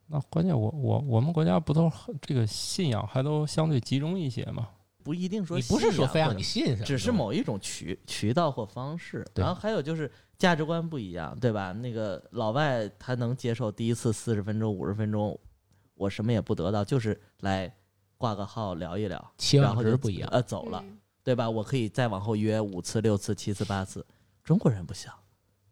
[SPEAKER 1] 那关键我我我们国家不都很这个信仰还都相对集中一些嘛？
[SPEAKER 4] 不一定说
[SPEAKER 2] 你不是说非
[SPEAKER 4] 非
[SPEAKER 2] 让你信什么，
[SPEAKER 4] 只是某一种渠渠道或方式。
[SPEAKER 2] 对
[SPEAKER 4] 然后还有就是价值观不一样，对吧？那个老外他能接受第一次四十分钟、五十分钟，我什么也不得到，就是来挂个号聊一聊，
[SPEAKER 2] 期
[SPEAKER 4] 然
[SPEAKER 2] 望
[SPEAKER 4] 后
[SPEAKER 2] 值
[SPEAKER 4] 就
[SPEAKER 2] 不一样。
[SPEAKER 4] 呃走了，
[SPEAKER 3] 嗯
[SPEAKER 4] 对吧？我可以再往后约五次、六次、七次、八次。中国人不想，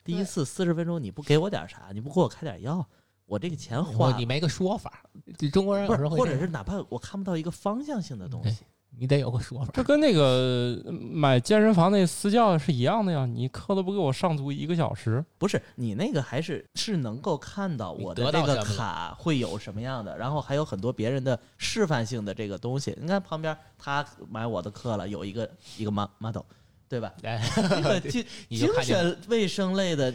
[SPEAKER 4] 第一
[SPEAKER 3] 对
[SPEAKER 4] 次四十分钟你不给我点啥，你不给我开点药，我这个钱花
[SPEAKER 2] 或你没个说法，这中国人
[SPEAKER 4] 呃不
[SPEAKER 2] 有
[SPEAKER 4] 是，
[SPEAKER 2] 时候会
[SPEAKER 4] 或
[SPEAKER 2] 这样
[SPEAKER 4] 者
[SPEAKER 2] 嗯
[SPEAKER 4] 是哪怕我看不到一个方向性的东西，
[SPEAKER 2] 你得有个说法。
[SPEAKER 1] 这跟那个呃买健身房那私教是一样的呀，你课都不给我上足一个小时，
[SPEAKER 4] 不是你那个还是是能够看到我
[SPEAKER 2] 你
[SPEAKER 4] 的
[SPEAKER 2] 得
[SPEAKER 4] 这
[SPEAKER 2] 到
[SPEAKER 4] 个
[SPEAKER 2] 什么
[SPEAKER 4] 卡会有什么样的，然后还有很多别人的示范性的这个东西。你看旁边他买我的课了，有一个一个 mo- model，对吧？
[SPEAKER 2] 哎，
[SPEAKER 4] 这个精
[SPEAKER 2] 你就
[SPEAKER 4] 精
[SPEAKER 2] 看见
[SPEAKER 4] 神卫生类的，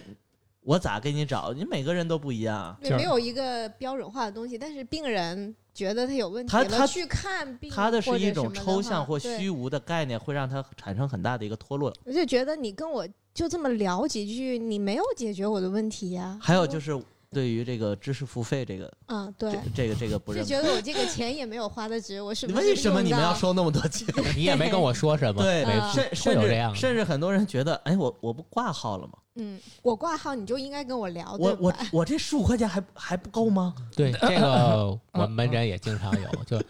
[SPEAKER 4] 我咋给你找？你每个人都不一样啊。
[SPEAKER 1] 就
[SPEAKER 3] 没
[SPEAKER 1] 是
[SPEAKER 3] 没有一个标准化的东西，但是病人觉得他有问题
[SPEAKER 4] 他他
[SPEAKER 3] 了，去看病，
[SPEAKER 4] 他的是一种抽象或
[SPEAKER 3] 或者什么的话。哦
[SPEAKER 4] 虚无的概念，会让他产生很大的一个脱落。
[SPEAKER 3] 对我就觉得你跟我就这么聊几句，你没有解决我的问题呀、
[SPEAKER 4] 还有就是对于这个知识付费这个
[SPEAKER 3] 嗯，对
[SPEAKER 4] 这，这个这个不
[SPEAKER 3] 就
[SPEAKER 4] 认可。
[SPEAKER 3] 觉得我这个钱也没有花的值，我是不是
[SPEAKER 4] 为什么你们
[SPEAKER 3] 用
[SPEAKER 4] 要
[SPEAKER 3] 到？
[SPEAKER 4] 收那么多钱？
[SPEAKER 2] 你也没跟我说什么，
[SPEAKER 4] 对
[SPEAKER 2] 没
[SPEAKER 3] 啊
[SPEAKER 4] 甚
[SPEAKER 2] 会
[SPEAKER 4] 甚
[SPEAKER 2] 有
[SPEAKER 4] 至
[SPEAKER 2] 这样的
[SPEAKER 4] 甚至很多人觉得，哎，我我不挂号了吗？
[SPEAKER 3] 嗯，我挂号你就应该跟我聊，
[SPEAKER 4] 我
[SPEAKER 3] 哦对吧
[SPEAKER 4] 我我这十五块钱还还不够吗？
[SPEAKER 2] 对，这个 我们门诊也经常有。就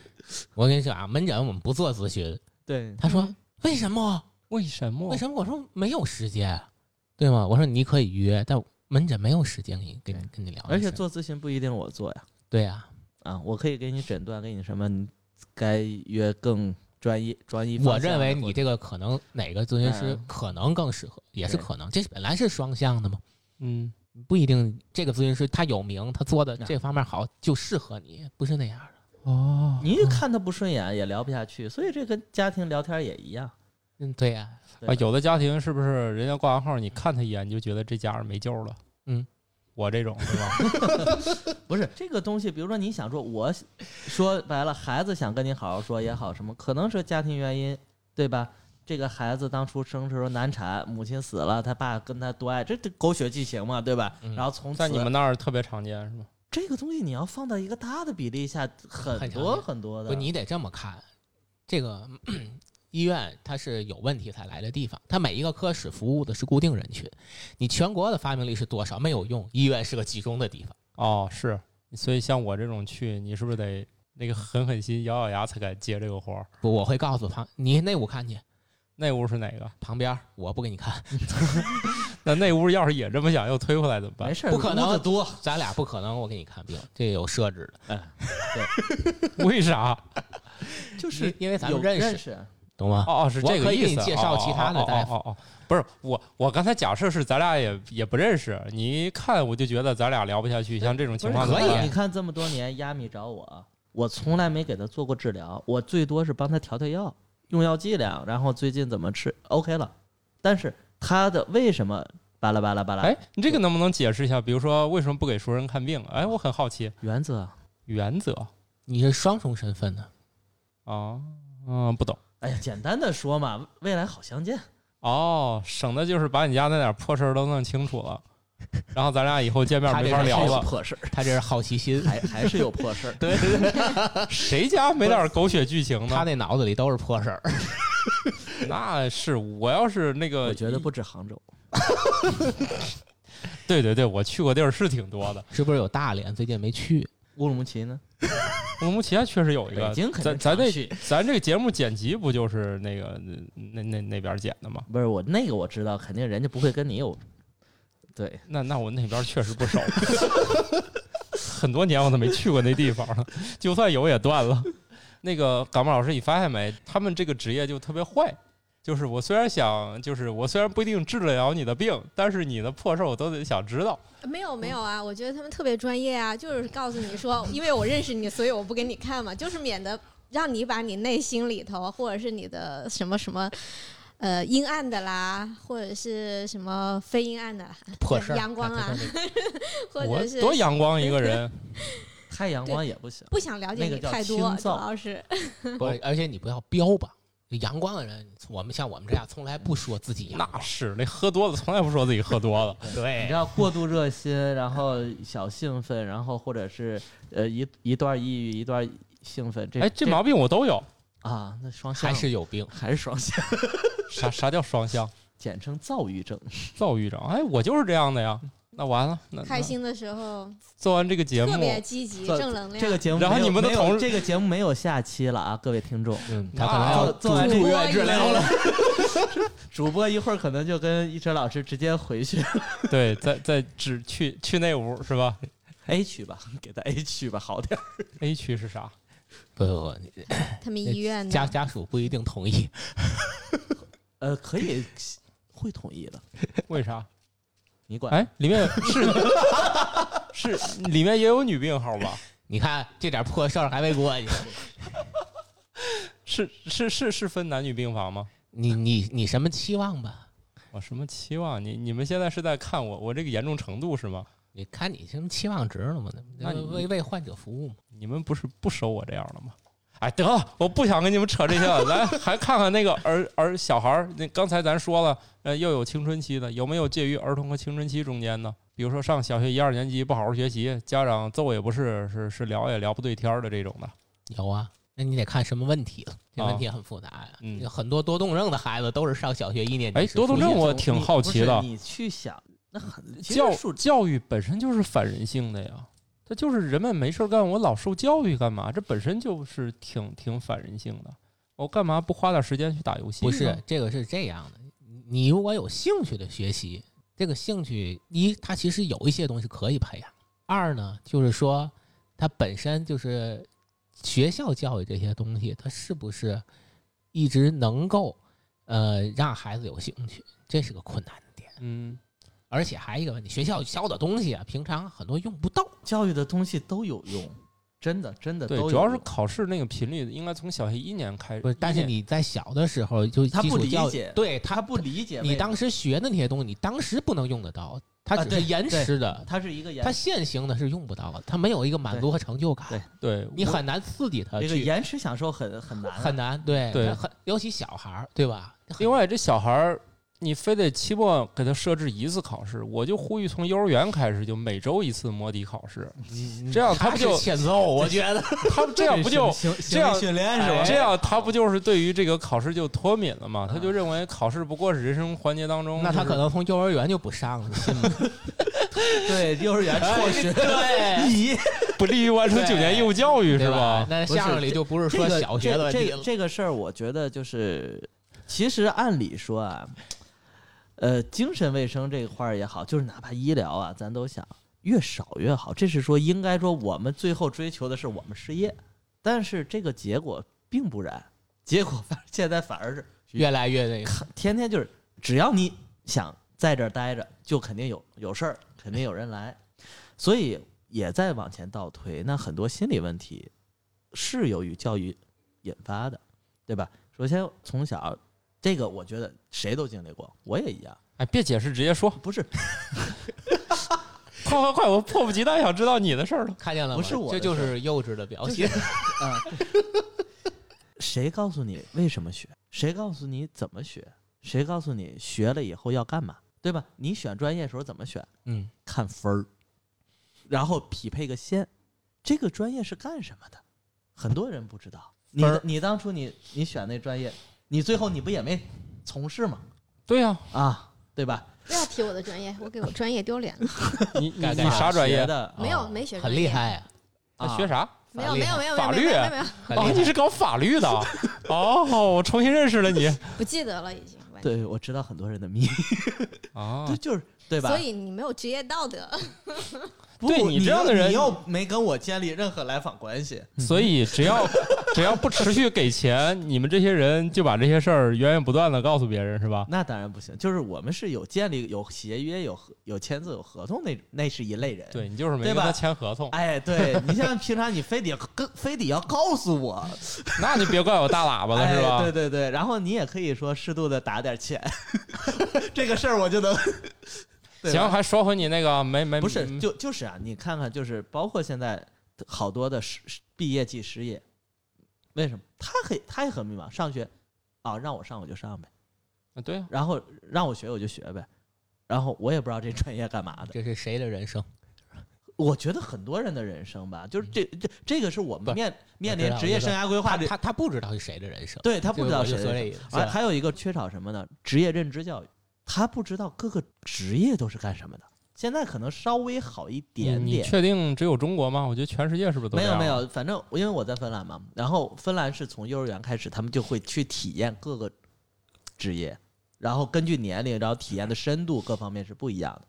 [SPEAKER 2] 我跟你说啊，门诊我们不做咨询。
[SPEAKER 4] 对，
[SPEAKER 2] 他说
[SPEAKER 3] 嗯
[SPEAKER 2] 为什么？
[SPEAKER 1] 为什么
[SPEAKER 2] 为？什么？我说没有时间，啊对吗？我说你可以约，但门诊没有时间给你跟你跟你聊这事儿。
[SPEAKER 4] 而且做咨询不一定我做呀，
[SPEAKER 2] 对呀，
[SPEAKER 4] 啊，我可以给你诊断，给你什么，你该约更专业专一方向
[SPEAKER 2] 我
[SPEAKER 4] 的或者。
[SPEAKER 2] 认为你这个可能哪个咨询师
[SPEAKER 4] 嗯
[SPEAKER 2] 可能更适合，也是
[SPEAKER 4] 对
[SPEAKER 2] 可能。这本来是双向的嘛，
[SPEAKER 1] 嗯，
[SPEAKER 2] 不一定这个咨询师他有名，他做的
[SPEAKER 4] 啊
[SPEAKER 2] 这方面好就适合你，不是那样的。
[SPEAKER 1] 哦，
[SPEAKER 4] 你一看他不顺眼也聊不下去，所以这跟家庭聊天也一样。
[SPEAKER 2] 嗯，对呀、
[SPEAKER 4] 对
[SPEAKER 1] 啊，
[SPEAKER 4] 吧
[SPEAKER 1] 有的家庭是不是人家挂完号，你看他一眼你就觉得这家人没救了？
[SPEAKER 2] 嗯，
[SPEAKER 1] 我这种是 吧？
[SPEAKER 4] 不是这个东西，比如说你想说，我 说白了，孩子想跟你好好说也好，什么可能是家庭原因，对吧？这个孩子当初生的时候难产，母亲死了，他爸跟他多爱，这这狗血剧情嘛，对吧？
[SPEAKER 2] 嗯
[SPEAKER 4] 然后从
[SPEAKER 1] 在
[SPEAKER 4] 此
[SPEAKER 1] 你们那儿特别常见是吧？
[SPEAKER 4] 这个东西你要放到一个大的比例下，很
[SPEAKER 2] 很常
[SPEAKER 4] 多
[SPEAKER 2] 见
[SPEAKER 4] 很多的。
[SPEAKER 2] 不，你得这么看，这个 医院它是有问题才来的地方，它每一个科室服务的是固定人群。你全国的发病率是多少没有用，医院是个集中的地方。
[SPEAKER 1] 哦，是，所以像我这种去，你是不是得那个狠狠心、咬咬牙才敢接这个活儿？
[SPEAKER 2] 不，我会告诉旁你那屋看去，
[SPEAKER 1] 那屋是哪个？
[SPEAKER 2] 旁边儿我不给你看，
[SPEAKER 1] 那那屋要是也这么想，又推回来怎么办
[SPEAKER 4] 没？事儿，
[SPEAKER 2] 不可
[SPEAKER 4] 屋
[SPEAKER 2] 能
[SPEAKER 4] 子
[SPEAKER 2] 多，咱俩不可能我给你看病，这有设置的，哎
[SPEAKER 1] 为啥？
[SPEAKER 4] 就是
[SPEAKER 2] 因为咱们
[SPEAKER 4] 有
[SPEAKER 2] 认
[SPEAKER 4] 认
[SPEAKER 2] 识，
[SPEAKER 4] 识，
[SPEAKER 2] 懂吗？
[SPEAKER 1] 哦哦，是这
[SPEAKER 2] 我可
[SPEAKER 1] 个
[SPEAKER 2] 以
[SPEAKER 1] 意
[SPEAKER 2] 给你
[SPEAKER 1] 思。
[SPEAKER 2] 介绍其他的
[SPEAKER 1] 哦哦
[SPEAKER 2] 大夫
[SPEAKER 1] 哦哦哦，不是我，我刚才假设是咱俩也也不认识，你一看我就觉得咱俩聊不下去。像这种情况
[SPEAKER 4] 不是
[SPEAKER 1] 怎么
[SPEAKER 2] 可以啊
[SPEAKER 1] 办
[SPEAKER 4] 你看这么多年，亚米找我，我从来没给他做过治疗，我最多是帮他调调药，用药剂量，然后最近怎么吃，OK 了。但是他的为什么巴拉巴拉巴拉？
[SPEAKER 1] 哎，你这个能不能解释一下？比如说为什么不给熟人看病？哎，我很好奇。
[SPEAKER 4] 原则，
[SPEAKER 1] 原则
[SPEAKER 2] 你是双重身份呢，
[SPEAKER 1] 啊，嗯，不懂。
[SPEAKER 4] 哎呀，简单的说嘛，未来好相见。
[SPEAKER 1] 哦，省的就是把你家那点破事儿都弄清楚了， 然后咱俩以后见面
[SPEAKER 2] 他这
[SPEAKER 1] 没
[SPEAKER 2] 是
[SPEAKER 1] 法聊
[SPEAKER 4] 还是有
[SPEAKER 1] 了。
[SPEAKER 4] 破事儿，
[SPEAKER 2] 他这是好奇 心，
[SPEAKER 4] 还还是有破事儿。对，
[SPEAKER 1] 谁家没点狗血剧情
[SPEAKER 2] 他
[SPEAKER 1] 呢？
[SPEAKER 2] 那脑子里都是破事儿。
[SPEAKER 1] 那是我要是那个，
[SPEAKER 4] 我觉得不止杭州，
[SPEAKER 1] 对对对，我去过地儿是挺多的。
[SPEAKER 2] 是不是有大连最近没去？
[SPEAKER 4] 乌鲁木齐呢？
[SPEAKER 1] 乌鲁木齐还确实有一个
[SPEAKER 4] 北，京肯
[SPEAKER 1] 咱
[SPEAKER 4] 定
[SPEAKER 1] 咱
[SPEAKER 4] 常
[SPEAKER 1] 这
[SPEAKER 4] 去
[SPEAKER 1] 咱这个节目剪辑不就是那个那那那边剪的吗？
[SPEAKER 4] 不是我那个我知道，肯定人家不会跟你有。对，
[SPEAKER 1] 那那我那边确实不熟，很多年我都没去过那地方了，就算有也断了。那个感冒老师，你发现没？他们这个职业就特别坏，就是我虽然想，就是我虽然不一定治得了你的病，但是你的破事儿我都得想知道。
[SPEAKER 3] 没有没
[SPEAKER 4] 嗯
[SPEAKER 3] 有啊，我觉得他们特别专业啊，就是告诉你说，因为我认识你，所以我不给你看嘛，就是免得让你把你内心里头或者是你的什么什么。呃，阴暗的啦，或者是什么非阴暗的啦，
[SPEAKER 2] 破事儿，
[SPEAKER 3] 阳光啊
[SPEAKER 2] 他，
[SPEAKER 3] 或
[SPEAKER 1] 我
[SPEAKER 3] 者是
[SPEAKER 1] 多阳光一个 人，
[SPEAKER 4] 太阳光也不行。
[SPEAKER 3] 不想了解
[SPEAKER 4] 那
[SPEAKER 3] 你
[SPEAKER 4] 个叫嗯
[SPEAKER 3] 太
[SPEAKER 4] 清
[SPEAKER 3] 多，主
[SPEAKER 4] 燥
[SPEAKER 3] 要是
[SPEAKER 2] 他不是，
[SPEAKER 1] 哦
[SPEAKER 2] 而且你不要标榜阳光的人，我们像我们这样从来不说自己阳
[SPEAKER 1] 那
[SPEAKER 2] 光。
[SPEAKER 1] 是那喝多了，从来不说自己喝多了。
[SPEAKER 4] 你
[SPEAKER 2] 对
[SPEAKER 4] 知，道过度热心，然后小兴奋，然后或者是呃一一段抑郁，一段兴奋，这
[SPEAKER 1] 哎，这
[SPEAKER 4] 这
[SPEAKER 1] 毛病我都有。
[SPEAKER 4] 啊，那双向
[SPEAKER 2] 还是有病。
[SPEAKER 4] 还是双向，
[SPEAKER 1] 啥啥叫双向
[SPEAKER 4] 简称躁郁症。
[SPEAKER 1] 躁郁症？哎，我就是这样的呀。那完了，那
[SPEAKER 3] 开心的时候
[SPEAKER 1] 那做完这个节目
[SPEAKER 3] 特，别积极，
[SPEAKER 4] 做
[SPEAKER 3] 正能量。
[SPEAKER 4] 这个节目没有，
[SPEAKER 1] 然后你们的
[SPEAKER 4] 没有
[SPEAKER 1] 同事
[SPEAKER 4] 这个节目没有下期了啊，各位听众。
[SPEAKER 2] 嗯，
[SPEAKER 1] 他
[SPEAKER 2] 他
[SPEAKER 1] 可
[SPEAKER 2] 可
[SPEAKER 1] 能要
[SPEAKER 2] 能要
[SPEAKER 4] 做做完
[SPEAKER 3] 主
[SPEAKER 4] 这个
[SPEAKER 3] 播一
[SPEAKER 4] 治疗
[SPEAKER 3] 类
[SPEAKER 4] 了， 主播一会儿可能就跟一哲老师直接回去
[SPEAKER 1] 对，在在只去去那屋是吧
[SPEAKER 4] A 区吧，给他 A 区吧，好点儿。
[SPEAKER 1] ？A 区是 啥？
[SPEAKER 2] 不不不，
[SPEAKER 3] 他
[SPEAKER 4] 哎
[SPEAKER 3] 们医院
[SPEAKER 2] 家
[SPEAKER 3] 的
[SPEAKER 2] 家属不一定同意。
[SPEAKER 4] 呃，可以会统一的，
[SPEAKER 1] 为啥？
[SPEAKER 4] 你管。
[SPEAKER 1] 哎，里 面是是里面也有女病号吧？
[SPEAKER 2] 你看这点破事儿还没过去，
[SPEAKER 1] 是是是是分男女病房吗？
[SPEAKER 2] 你你你什么期望吧？
[SPEAKER 1] 我什么期望？你你们现在是在看我我这个严重程度是吗？
[SPEAKER 2] 你看你什么期望值了吗？
[SPEAKER 1] 那你
[SPEAKER 2] 为为患者服务嘛。
[SPEAKER 1] 你们不是不收我这样了吗？哎，得了，我不想跟你们扯这些了。来，还看看那个儿儿小孩儿，那刚才咱说了，呃，又有青春期的，有没有介于儿童和青春期中间呢？比如说上小学一二年级不好好学习，家长揍也不是，是是聊也聊不对天儿的这种的。
[SPEAKER 2] 有啊，那你得看什么问题了。这
[SPEAKER 1] 啊
[SPEAKER 2] 问题很复杂呀、
[SPEAKER 1] 嗯
[SPEAKER 2] 有很多多动症的孩子都是上小学一年级
[SPEAKER 1] 哎
[SPEAKER 2] 时
[SPEAKER 1] 多动
[SPEAKER 2] 出现
[SPEAKER 1] 症
[SPEAKER 2] 这
[SPEAKER 1] 我
[SPEAKER 2] 种
[SPEAKER 1] 挺
[SPEAKER 4] 你
[SPEAKER 1] 好
[SPEAKER 4] 不
[SPEAKER 1] 奇
[SPEAKER 4] 是
[SPEAKER 1] 的
[SPEAKER 4] 你去想，那很其实
[SPEAKER 1] 教
[SPEAKER 4] 数
[SPEAKER 1] 教育本身就是反人性的呀，他就是人们没事儿干，我老受教育干嘛？这本身就是挺挺反人性的。我干嘛不花点时间去打游戏呢？
[SPEAKER 2] 不是，这个是这样的，你你如果有兴趣的学习，这个兴趣一它其实有一些东西可以培养，二呢就是说它本身就是学校教育这些东西，它是不是一直能够呃让孩子有兴趣，这是个困难的点。
[SPEAKER 1] 嗯，
[SPEAKER 2] 而且还有一个问题，学校教的东西啊，平常很多用不到。
[SPEAKER 4] 教育的东西都有用，真的真的
[SPEAKER 1] 对
[SPEAKER 4] 都，有
[SPEAKER 1] 主要是
[SPEAKER 4] 用
[SPEAKER 1] 考试那个频率应该从小学一年开始。
[SPEAKER 2] 不是，但是
[SPEAKER 1] 一年
[SPEAKER 2] 你在小的时候就
[SPEAKER 4] 他
[SPEAKER 2] 基
[SPEAKER 4] 不
[SPEAKER 2] 础
[SPEAKER 4] 理
[SPEAKER 2] 教育
[SPEAKER 4] 解
[SPEAKER 2] 对他
[SPEAKER 4] 他不理解为什么。
[SPEAKER 2] 你当时学的那些东西，你当时不能用得到，它
[SPEAKER 4] 啊
[SPEAKER 2] 只
[SPEAKER 4] 对
[SPEAKER 2] 是延
[SPEAKER 4] 对
[SPEAKER 2] 迟的，
[SPEAKER 4] 他是一个延
[SPEAKER 2] 它现行的是用不到的，它没有一个满足和成就
[SPEAKER 4] 对
[SPEAKER 2] 感
[SPEAKER 4] 对，
[SPEAKER 1] 对
[SPEAKER 2] 你
[SPEAKER 1] 我
[SPEAKER 2] 很难刺激他
[SPEAKER 4] 这个
[SPEAKER 2] 去，
[SPEAKER 4] 延迟享受很很难啊
[SPEAKER 2] 很难，对
[SPEAKER 1] 对
[SPEAKER 2] 它很尤其小孩儿，对吧？
[SPEAKER 1] 另外这小孩儿你非得期末给他设置一次考试，我就呼吁从幼儿园开始就每周一次摸底考试，
[SPEAKER 4] 你
[SPEAKER 1] 这样他
[SPEAKER 2] 他
[SPEAKER 1] 不
[SPEAKER 2] 嗯是
[SPEAKER 1] 就
[SPEAKER 2] 欠揍，我觉得。
[SPEAKER 1] 他这样不就
[SPEAKER 4] 行
[SPEAKER 1] 这样
[SPEAKER 4] 训练是吧？
[SPEAKER 1] 这样他不就是对于这个考试就脱敏了吗？他就认为考试不过是人生环节当中，
[SPEAKER 2] 那他
[SPEAKER 1] 就是
[SPEAKER 2] 可能从幼儿园就不上了， 你信吗？
[SPEAKER 1] 哎
[SPEAKER 4] 对幼儿园辍学
[SPEAKER 2] 对，
[SPEAKER 4] 你
[SPEAKER 1] 不利于完成九年义务教育是
[SPEAKER 2] 对吧
[SPEAKER 1] 吧？？
[SPEAKER 2] 那
[SPEAKER 4] 不是
[SPEAKER 2] 相声里就不是
[SPEAKER 4] 这
[SPEAKER 2] 说
[SPEAKER 4] 个
[SPEAKER 2] 小学
[SPEAKER 4] 这
[SPEAKER 2] 的
[SPEAKER 4] 这
[SPEAKER 2] 地
[SPEAKER 4] 个
[SPEAKER 2] 了，
[SPEAKER 4] 这个事儿，我觉得就是，其实按理说啊，呃，精神卫生这一块儿也好，就是哪怕医疗啊，咱都想越少越好。这是说应该说我们最后追求的是我们失业，但是这个结果并不然，结果反现在反而是
[SPEAKER 2] 越来越那个。
[SPEAKER 4] 天天就是只要你想在这儿待着，就肯定有有事儿，肯定有人来，所以也在往前倒推。那很多心理问题是由于教育引发的，对吧？首先从小，这个我觉得谁都经历过，我也一样。
[SPEAKER 1] 哎，别解释，直接说，
[SPEAKER 4] 不是
[SPEAKER 1] 快快快！我迫不及待想知道你的事儿了。
[SPEAKER 2] 看见了吗？
[SPEAKER 4] 不是我
[SPEAKER 2] 这
[SPEAKER 4] 的
[SPEAKER 2] 就
[SPEAKER 4] 事儿
[SPEAKER 2] 是幼稚的表现。
[SPEAKER 4] 谁告诉你为什么学，谁告诉你怎么学，谁告诉你学了以后要干嘛，对吧？你选专业的时候怎么选？
[SPEAKER 1] 嗯，
[SPEAKER 4] 看分儿，然后匹配个线，这个专业是干什么的？很多人不知道。你
[SPEAKER 1] 分儿
[SPEAKER 4] 你当初你你选那专业，你最后你不也没从事吗？
[SPEAKER 1] 对呀、
[SPEAKER 4] 啊，对吧？
[SPEAKER 3] 不要提我的专业，我给我专业丢脸了。
[SPEAKER 1] 你你
[SPEAKER 2] 改
[SPEAKER 1] 你
[SPEAKER 2] 改
[SPEAKER 1] 啥专业？
[SPEAKER 4] 的？ 啊
[SPEAKER 3] 没啊有，没学
[SPEAKER 2] 啊很
[SPEAKER 3] 专
[SPEAKER 2] 厉
[SPEAKER 3] 业，
[SPEAKER 2] 害呀，
[SPEAKER 1] 他哎学啥？
[SPEAKER 3] 没有没有没有没有
[SPEAKER 4] 啊
[SPEAKER 1] 法律
[SPEAKER 3] 没有没有没有，
[SPEAKER 2] 很
[SPEAKER 1] 哦，
[SPEAKER 2] 厉
[SPEAKER 1] 你
[SPEAKER 2] 害。
[SPEAKER 1] 是搞法律 的？哦，我重新认识了你。
[SPEAKER 3] 不记得了已经。完全
[SPEAKER 4] 对，我知道很多人的秘密，
[SPEAKER 1] 啊
[SPEAKER 4] 对， 就是对吧？
[SPEAKER 3] 所以你没有职业道德，
[SPEAKER 4] 不
[SPEAKER 1] 对你
[SPEAKER 4] 你
[SPEAKER 1] 这样的人
[SPEAKER 4] 你又没跟我建立任何来访关系，
[SPEAKER 1] 所以只要只要不持续给钱，你们这些人就把这些事儿源源不断的告诉别人，是吧？
[SPEAKER 4] 那当然不行。就是我们是有建立、有协约、有合有签字、有合同那那是一类人。
[SPEAKER 1] 对你就是没
[SPEAKER 4] 对
[SPEAKER 1] 跟
[SPEAKER 4] 吧
[SPEAKER 1] 他签合同，
[SPEAKER 4] 哎，对你像平常你非得 跟非得要告诉我，
[SPEAKER 1] 那你别怪我大喇叭了，是吧？
[SPEAKER 4] 哎？对对对，然后你也可以说适度的打点钱， 这个事儿我就能。 对吧
[SPEAKER 1] 行，，还说回你那个没没
[SPEAKER 4] 不是
[SPEAKER 1] 嗯
[SPEAKER 4] 就就是啊，你看看，就是包括现在好多的失失毕业季失业，为什么？他可以，他也很迷茫。上学啊，让我上我就上呗，
[SPEAKER 1] 啊对啊，
[SPEAKER 4] 然后让我学我就学呗，然后我也不知道这专业干嘛的。
[SPEAKER 2] 这是谁的人生？
[SPEAKER 4] 我觉得很多人的人生吧，就是这这这个是我
[SPEAKER 2] 不
[SPEAKER 4] 们面面
[SPEAKER 2] 我知
[SPEAKER 4] 临
[SPEAKER 2] 道
[SPEAKER 4] 职业
[SPEAKER 2] 我知道
[SPEAKER 4] 生涯规划
[SPEAKER 2] 他
[SPEAKER 4] 这，
[SPEAKER 2] 他他不知道是谁的人生，
[SPEAKER 4] 对他
[SPEAKER 2] 他
[SPEAKER 4] 不知道谁
[SPEAKER 2] 就
[SPEAKER 4] 的
[SPEAKER 2] 说
[SPEAKER 4] 人啊
[SPEAKER 2] 这意思。
[SPEAKER 4] 还还有一个缺少什么呢？职业认知教育，他不知道各个职业都是干什么的。现在可能稍微好一
[SPEAKER 2] 嗯
[SPEAKER 4] 点
[SPEAKER 1] 你你
[SPEAKER 4] 点，
[SPEAKER 1] 确定只有中国吗？我觉得全世界是不是都
[SPEAKER 4] 没
[SPEAKER 1] 这
[SPEAKER 4] 有
[SPEAKER 1] 样啊
[SPEAKER 4] 没？有，反正因为我在芬兰嘛，然后芬兰是从幼儿园开始，他们就会去体验各个职业，然后根据年龄，然后体验的深度各方面是不一样的，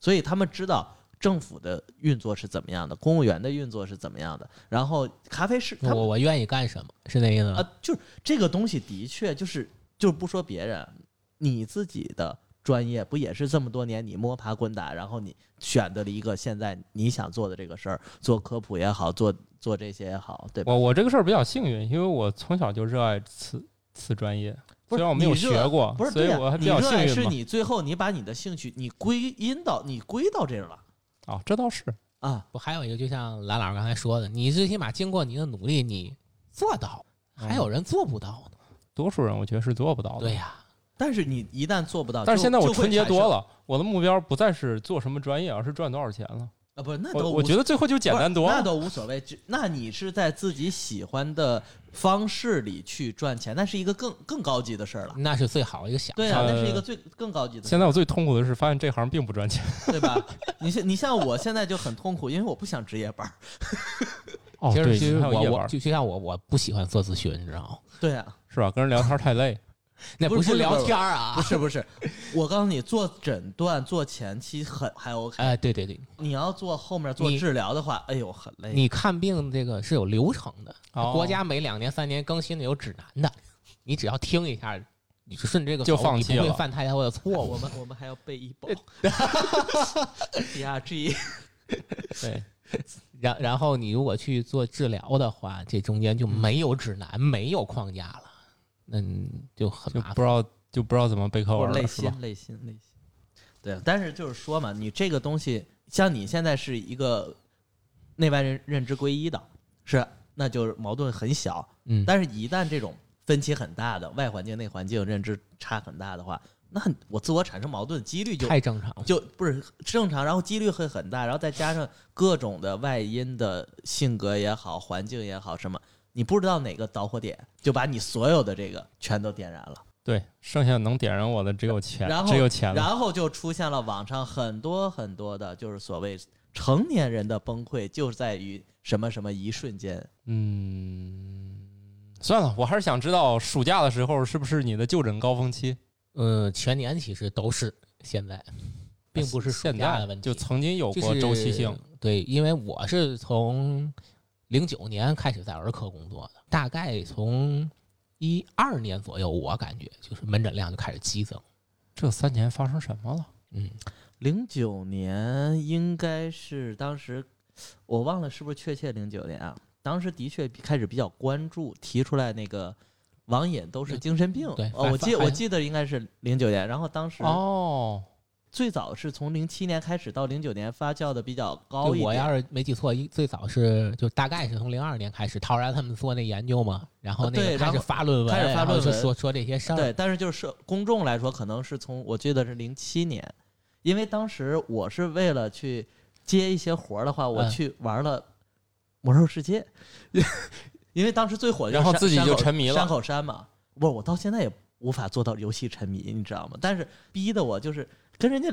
[SPEAKER 4] 所以他们知道。政府的运作是怎么样的？公务员的运作是怎么样的？然后咖啡师，他
[SPEAKER 2] 我
[SPEAKER 4] 们
[SPEAKER 2] 我愿意干什么？是那意思吗？
[SPEAKER 4] 啊，就是这个东西的确就是，就不说别人，你自己的专业不也是这么多年你摸爬滚打，然后你选择了一个现在你想做的这个事儿，做科普也好，做做这些也好，对吧？
[SPEAKER 1] 我我这个事儿比较幸运，因为我从小就热爱此此专业，虽
[SPEAKER 4] 不是
[SPEAKER 1] 然我没有
[SPEAKER 4] 你热
[SPEAKER 1] 学过
[SPEAKER 4] 不，是
[SPEAKER 1] 所
[SPEAKER 4] 对
[SPEAKER 1] 以
[SPEAKER 4] 呀
[SPEAKER 1] 我还比
[SPEAKER 4] 你
[SPEAKER 1] 较
[SPEAKER 4] 热
[SPEAKER 1] 幸
[SPEAKER 4] 爱
[SPEAKER 1] 运
[SPEAKER 4] 是
[SPEAKER 1] 嘛。
[SPEAKER 4] 你最后你把你的兴趣你归因到你归到这儿了
[SPEAKER 1] 啊，这倒是，
[SPEAKER 4] 啊，
[SPEAKER 2] 不，还有一个，就像兰老师刚才说的，你最起码经过你的努力，你做到，还
[SPEAKER 4] 嗯
[SPEAKER 2] 有人做不到呢。
[SPEAKER 1] 多数人我觉得是做不到的。
[SPEAKER 2] 对呀，
[SPEAKER 4] 但是你一旦做不到就，
[SPEAKER 1] 但是现在我
[SPEAKER 4] 就会
[SPEAKER 1] 纯洁
[SPEAKER 4] 产
[SPEAKER 1] 多
[SPEAKER 4] 生
[SPEAKER 1] 了，我的目标不再是做什么专业，而是赚多少钱了。
[SPEAKER 4] 啊，不是那都
[SPEAKER 1] 我
[SPEAKER 4] 无
[SPEAKER 1] 我觉得最后就简
[SPEAKER 4] 不是
[SPEAKER 1] 单多
[SPEAKER 4] 那
[SPEAKER 1] 了。
[SPEAKER 4] 倒无所谓。只那你是在自己喜欢的方式里去赚钱，那是一个更更高级的事儿了。
[SPEAKER 2] 那是最好的一个想
[SPEAKER 4] 对
[SPEAKER 2] 法。
[SPEAKER 4] 啊，
[SPEAKER 1] 呃
[SPEAKER 4] 那是一个最更高级的事
[SPEAKER 1] 现
[SPEAKER 4] 儿，
[SPEAKER 1] 在我最痛苦的是发现这行并不赚钱。
[SPEAKER 4] 对吧？你像你像我现在就很痛苦，因为我不想值夜班儿。
[SPEAKER 1] 哦
[SPEAKER 2] 其实其实
[SPEAKER 1] 还有夜
[SPEAKER 2] 我
[SPEAKER 1] 班
[SPEAKER 2] 我就就像我我不喜欢做咨询，你知道吗？
[SPEAKER 4] 对啊，
[SPEAKER 1] 是吧？跟人聊天太累。
[SPEAKER 2] 那
[SPEAKER 4] 不是
[SPEAKER 2] 是
[SPEAKER 4] 不是
[SPEAKER 2] 聊
[SPEAKER 4] 不是
[SPEAKER 2] 天儿
[SPEAKER 4] 不
[SPEAKER 2] 啊。
[SPEAKER 4] 是不是，我告诉你，做诊断、做前期很还 OK，
[SPEAKER 2] 哎，对对对，
[SPEAKER 4] 你要做后面做
[SPEAKER 2] 你
[SPEAKER 4] 治疗的话，哎呦很累。
[SPEAKER 2] 你看病这个是有流程的，
[SPEAKER 1] 哦
[SPEAKER 2] 国家每两年三年更新的有指南的，你只要听一下，你就顺着这个
[SPEAKER 1] 就
[SPEAKER 2] 走
[SPEAKER 1] 放
[SPEAKER 2] 你
[SPEAKER 1] 弃
[SPEAKER 2] 不会
[SPEAKER 1] 了
[SPEAKER 2] 犯太多的错
[SPEAKER 4] 我
[SPEAKER 2] 误。
[SPEAKER 4] 们我们还要背医保 哎，DRG
[SPEAKER 1] 对，
[SPEAKER 2] 然然后你如果去做治疗的话，这中间就没有指南，没有框架了，那你就很
[SPEAKER 1] 就
[SPEAKER 2] 麻
[SPEAKER 1] 不
[SPEAKER 2] 烦
[SPEAKER 1] 知。道就不知道怎么背课
[SPEAKER 4] 不
[SPEAKER 1] 文
[SPEAKER 4] 是
[SPEAKER 1] 了，
[SPEAKER 4] 累
[SPEAKER 1] 是吧？
[SPEAKER 4] 心累心累心。对，但是就是说嘛，你这个东西，像你现在是一个内外认认知归一的，是，那就是矛盾很小。
[SPEAKER 2] 嗯，
[SPEAKER 4] 但是，一旦这种分歧很大的外环境、内环境认知差很大的话，那我自我产生矛盾的几率就
[SPEAKER 2] 太正常了。
[SPEAKER 4] 就不是正常，然后几率会很大，然后再加上各种的外因的性格也好，环境也好，什么你不知道哪个导火点，就把你所有的这个全都点燃了，
[SPEAKER 1] 对，剩下能点燃我的只有钱
[SPEAKER 4] 然，后
[SPEAKER 1] 只有钱了。
[SPEAKER 4] 然后就出现了网上很多很多的，就是所谓成年人的崩溃，就在于什么什么一瞬间。
[SPEAKER 1] 嗯，算了，我还是想知道暑假的时候是不是你的就诊高峰期，
[SPEAKER 2] 嗯，全年其实都是现在，并不是暑
[SPEAKER 1] 啊现
[SPEAKER 2] 假
[SPEAKER 1] 在
[SPEAKER 2] 的问题，
[SPEAKER 1] 就曾经有
[SPEAKER 2] 这
[SPEAKER 1] 过周期
[SPEAKER 2] 是
[SPEAKER 1] 性。。
[SPEAKER 2] 对，因为我是从零九年开始在儿科工作的，大概从一二年左右，我感觉就是门诊量就开始激增。
[SPEAKER 1] 这三年发生什么了？
[SPEAKER 2] 嗯，
[SPEAKER 4] 零九年应该是当时我忘了是不是确切零九年啊，当时的确比开始比较关注，提出来那个网瘾都是精神病。
[SPEAKER 2] 对
[SPEAKER 4] 哦，
[SPEAKER 2] 反
[SPEAKER 4] 我记
[SPEAKER 2] 反
[SPEAKER 4] 我记得应该是零九年，然后当时
[SPEAKER 1] 哦，
[SPEAKER 4] 最早是从零七年开始到零九年发酵的比较高
[SPEAKER 2] 就
[SPEAKER 4] 一
[SPEAKER 2] 我要
[SPEAKER 4] 点。
[SPEAKER 2] 是没记错，一最早是就大概是从零二年开始，陶然他们做那研究嘛，然后那
[SPEAKER 4] 啊对
[SPEAKER 2] 个开
[SPEAKER 4] 然
[SPEAKER 2] 始
[SPEAKER 4] 后
[SPEAKER 2] 发论文，
[SPEAKER 4] 开始发
[SPEAKER 2] 然后
[SPEAKER 4] 论
[SPEAKER 2] 就
[SPEAKER 4] 文
[SPEAKER 2] 说说这些事儿。
[SPEAKER 4] 对，但是就是社公众来说，可能是从我记得是零七年，因为当时我是为了去接一些活儿的话，我
[SPEAKER 2] 嗯
[SPEAKER 4] 去玩了《魔兽世界》 因为当时最火的就
[SPEAKER 1] 然
[SPEAKER 4] 是
[SPEAKER 1] 后
[SPEAKER 4] 山
[SPEAKER 1] 自己
[SPEAKER 4] 山
[SPEAKER 1] 就
[SPEAKER 4] 口
[SPEAKER 1] 沉迷了
[SPEAKER 4] 山口山嘛，不是我到现在也无法做到游戏沉迷，你知道吗？但是逼得我就是跟人家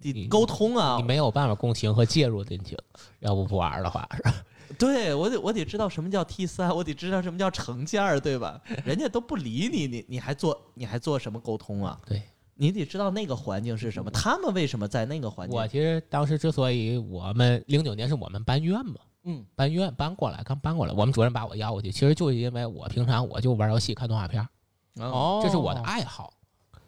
[SPEAKER 4] 得
[SPEAKER 2] 你
[SPEAKER 4] 沟通啊
[SPEAKER 2] 你，没有办法共情和介入进去，要不不玩儿的
[SPEAKER 4] 啊
[SPEAKER 2] 话，
[SPEAKER 4] 对我得我得知道什么叫 T 三，我得知道什么叫成件儿，对吧？人家都不理你，你你还做你还做什么沟通啊？
[SPEAKER 2] 对，
[SPEAKER 4] 你得知道那个环境是什么，他们为什么在那个环境？
[SPEAKER 2] 我其实当时之所以我们零九年是我们搬院嘛，
[SPEAKER 4] 嗯，
[SPEAKER 2] 搬院搬过来刚搬过来，我们主任把我要过去，其实就是因为我平常我就玩游戏看动画片儿，
[SPEAKER 4] 哦，
[SPEAKER 1] 哦，
[SPEAKER 2] 这是我的爱好。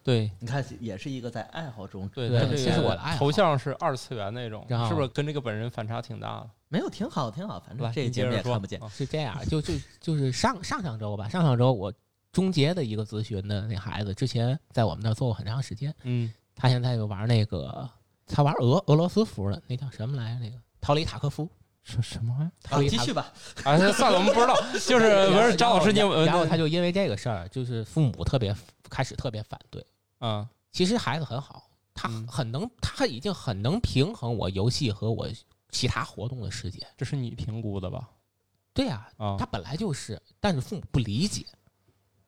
[SPEAKER 1] 对
[SPEAKER 4] 你看也是一个在爱好中，嗯
[SPEAKER 1] 对
[SPEAKER 2] 对
[SPEAKER 1] 他这
[SPEAKER 2] 这是
[SPEAKER 1] 个
[SPEAKER 2] 我的爱好
[SPEAKER 1] 头像是二次元那种
[SPEAKER 2] 然，后
[SPEAKER 1] 是不是跟这个本人反差挺大的？
[SPEAKER 4] 没有挺好挺好，反
[SPEAKER 1] 来
[SPEAKER 4] 正，这个
[SPEAKER 1] 你接
[SPEAKER 4] 节目
[SPEAKER 1] 着
[SPEAKER 4] 也
[SPEAKER 1] 说
[SPEAKER 4] 看不见。
[SPEAKER 1] 啊
[SPEAKER 2] 是这样，就就就是上上上周吧，上上周我终结的一个咨询的那孩子，之前在我们那儿做过很长时间，
[SPEAKER 1] 嗯，
[SPEAKER 2] 他现在就玩那个，他玩俄俄罗斯服了，那叫什么来着？那个逃离塔科夫，
[SPEAKER 1] 什什么玩意
[SPEAKER 2] 逃
[SPEAKER 4] 好，
[SPEAKER 2] 离
[SPEAKER 4] 继
[SPEAKER 2] 塔
[SPEAKER 4] 续吧。
[SPEAKER 1] 儿？啊，算了，我们 不知道，就是不是张老师你
[SPEAKER 2] 然后
[SPEAKER 1] 呃
[SPEAKER 2] 然后他就因为这个事儿，就是父母特别开始特别反对。
[SPEAKER 1] 啊，
[SPEAKER 2] 其实孩子很好，他
[SPEAKER 1] 嗯
[SPEAKER 2] 很能，他已经很能平衡我游戏和我其他活动的世界。
[SPEAKER 1] 这是你评估的吧？
[SPEAKER 2] 对呀、
[SPEAKER 1] 啊
[SPEAKER 2] 他，本来就是，但是父母不理解，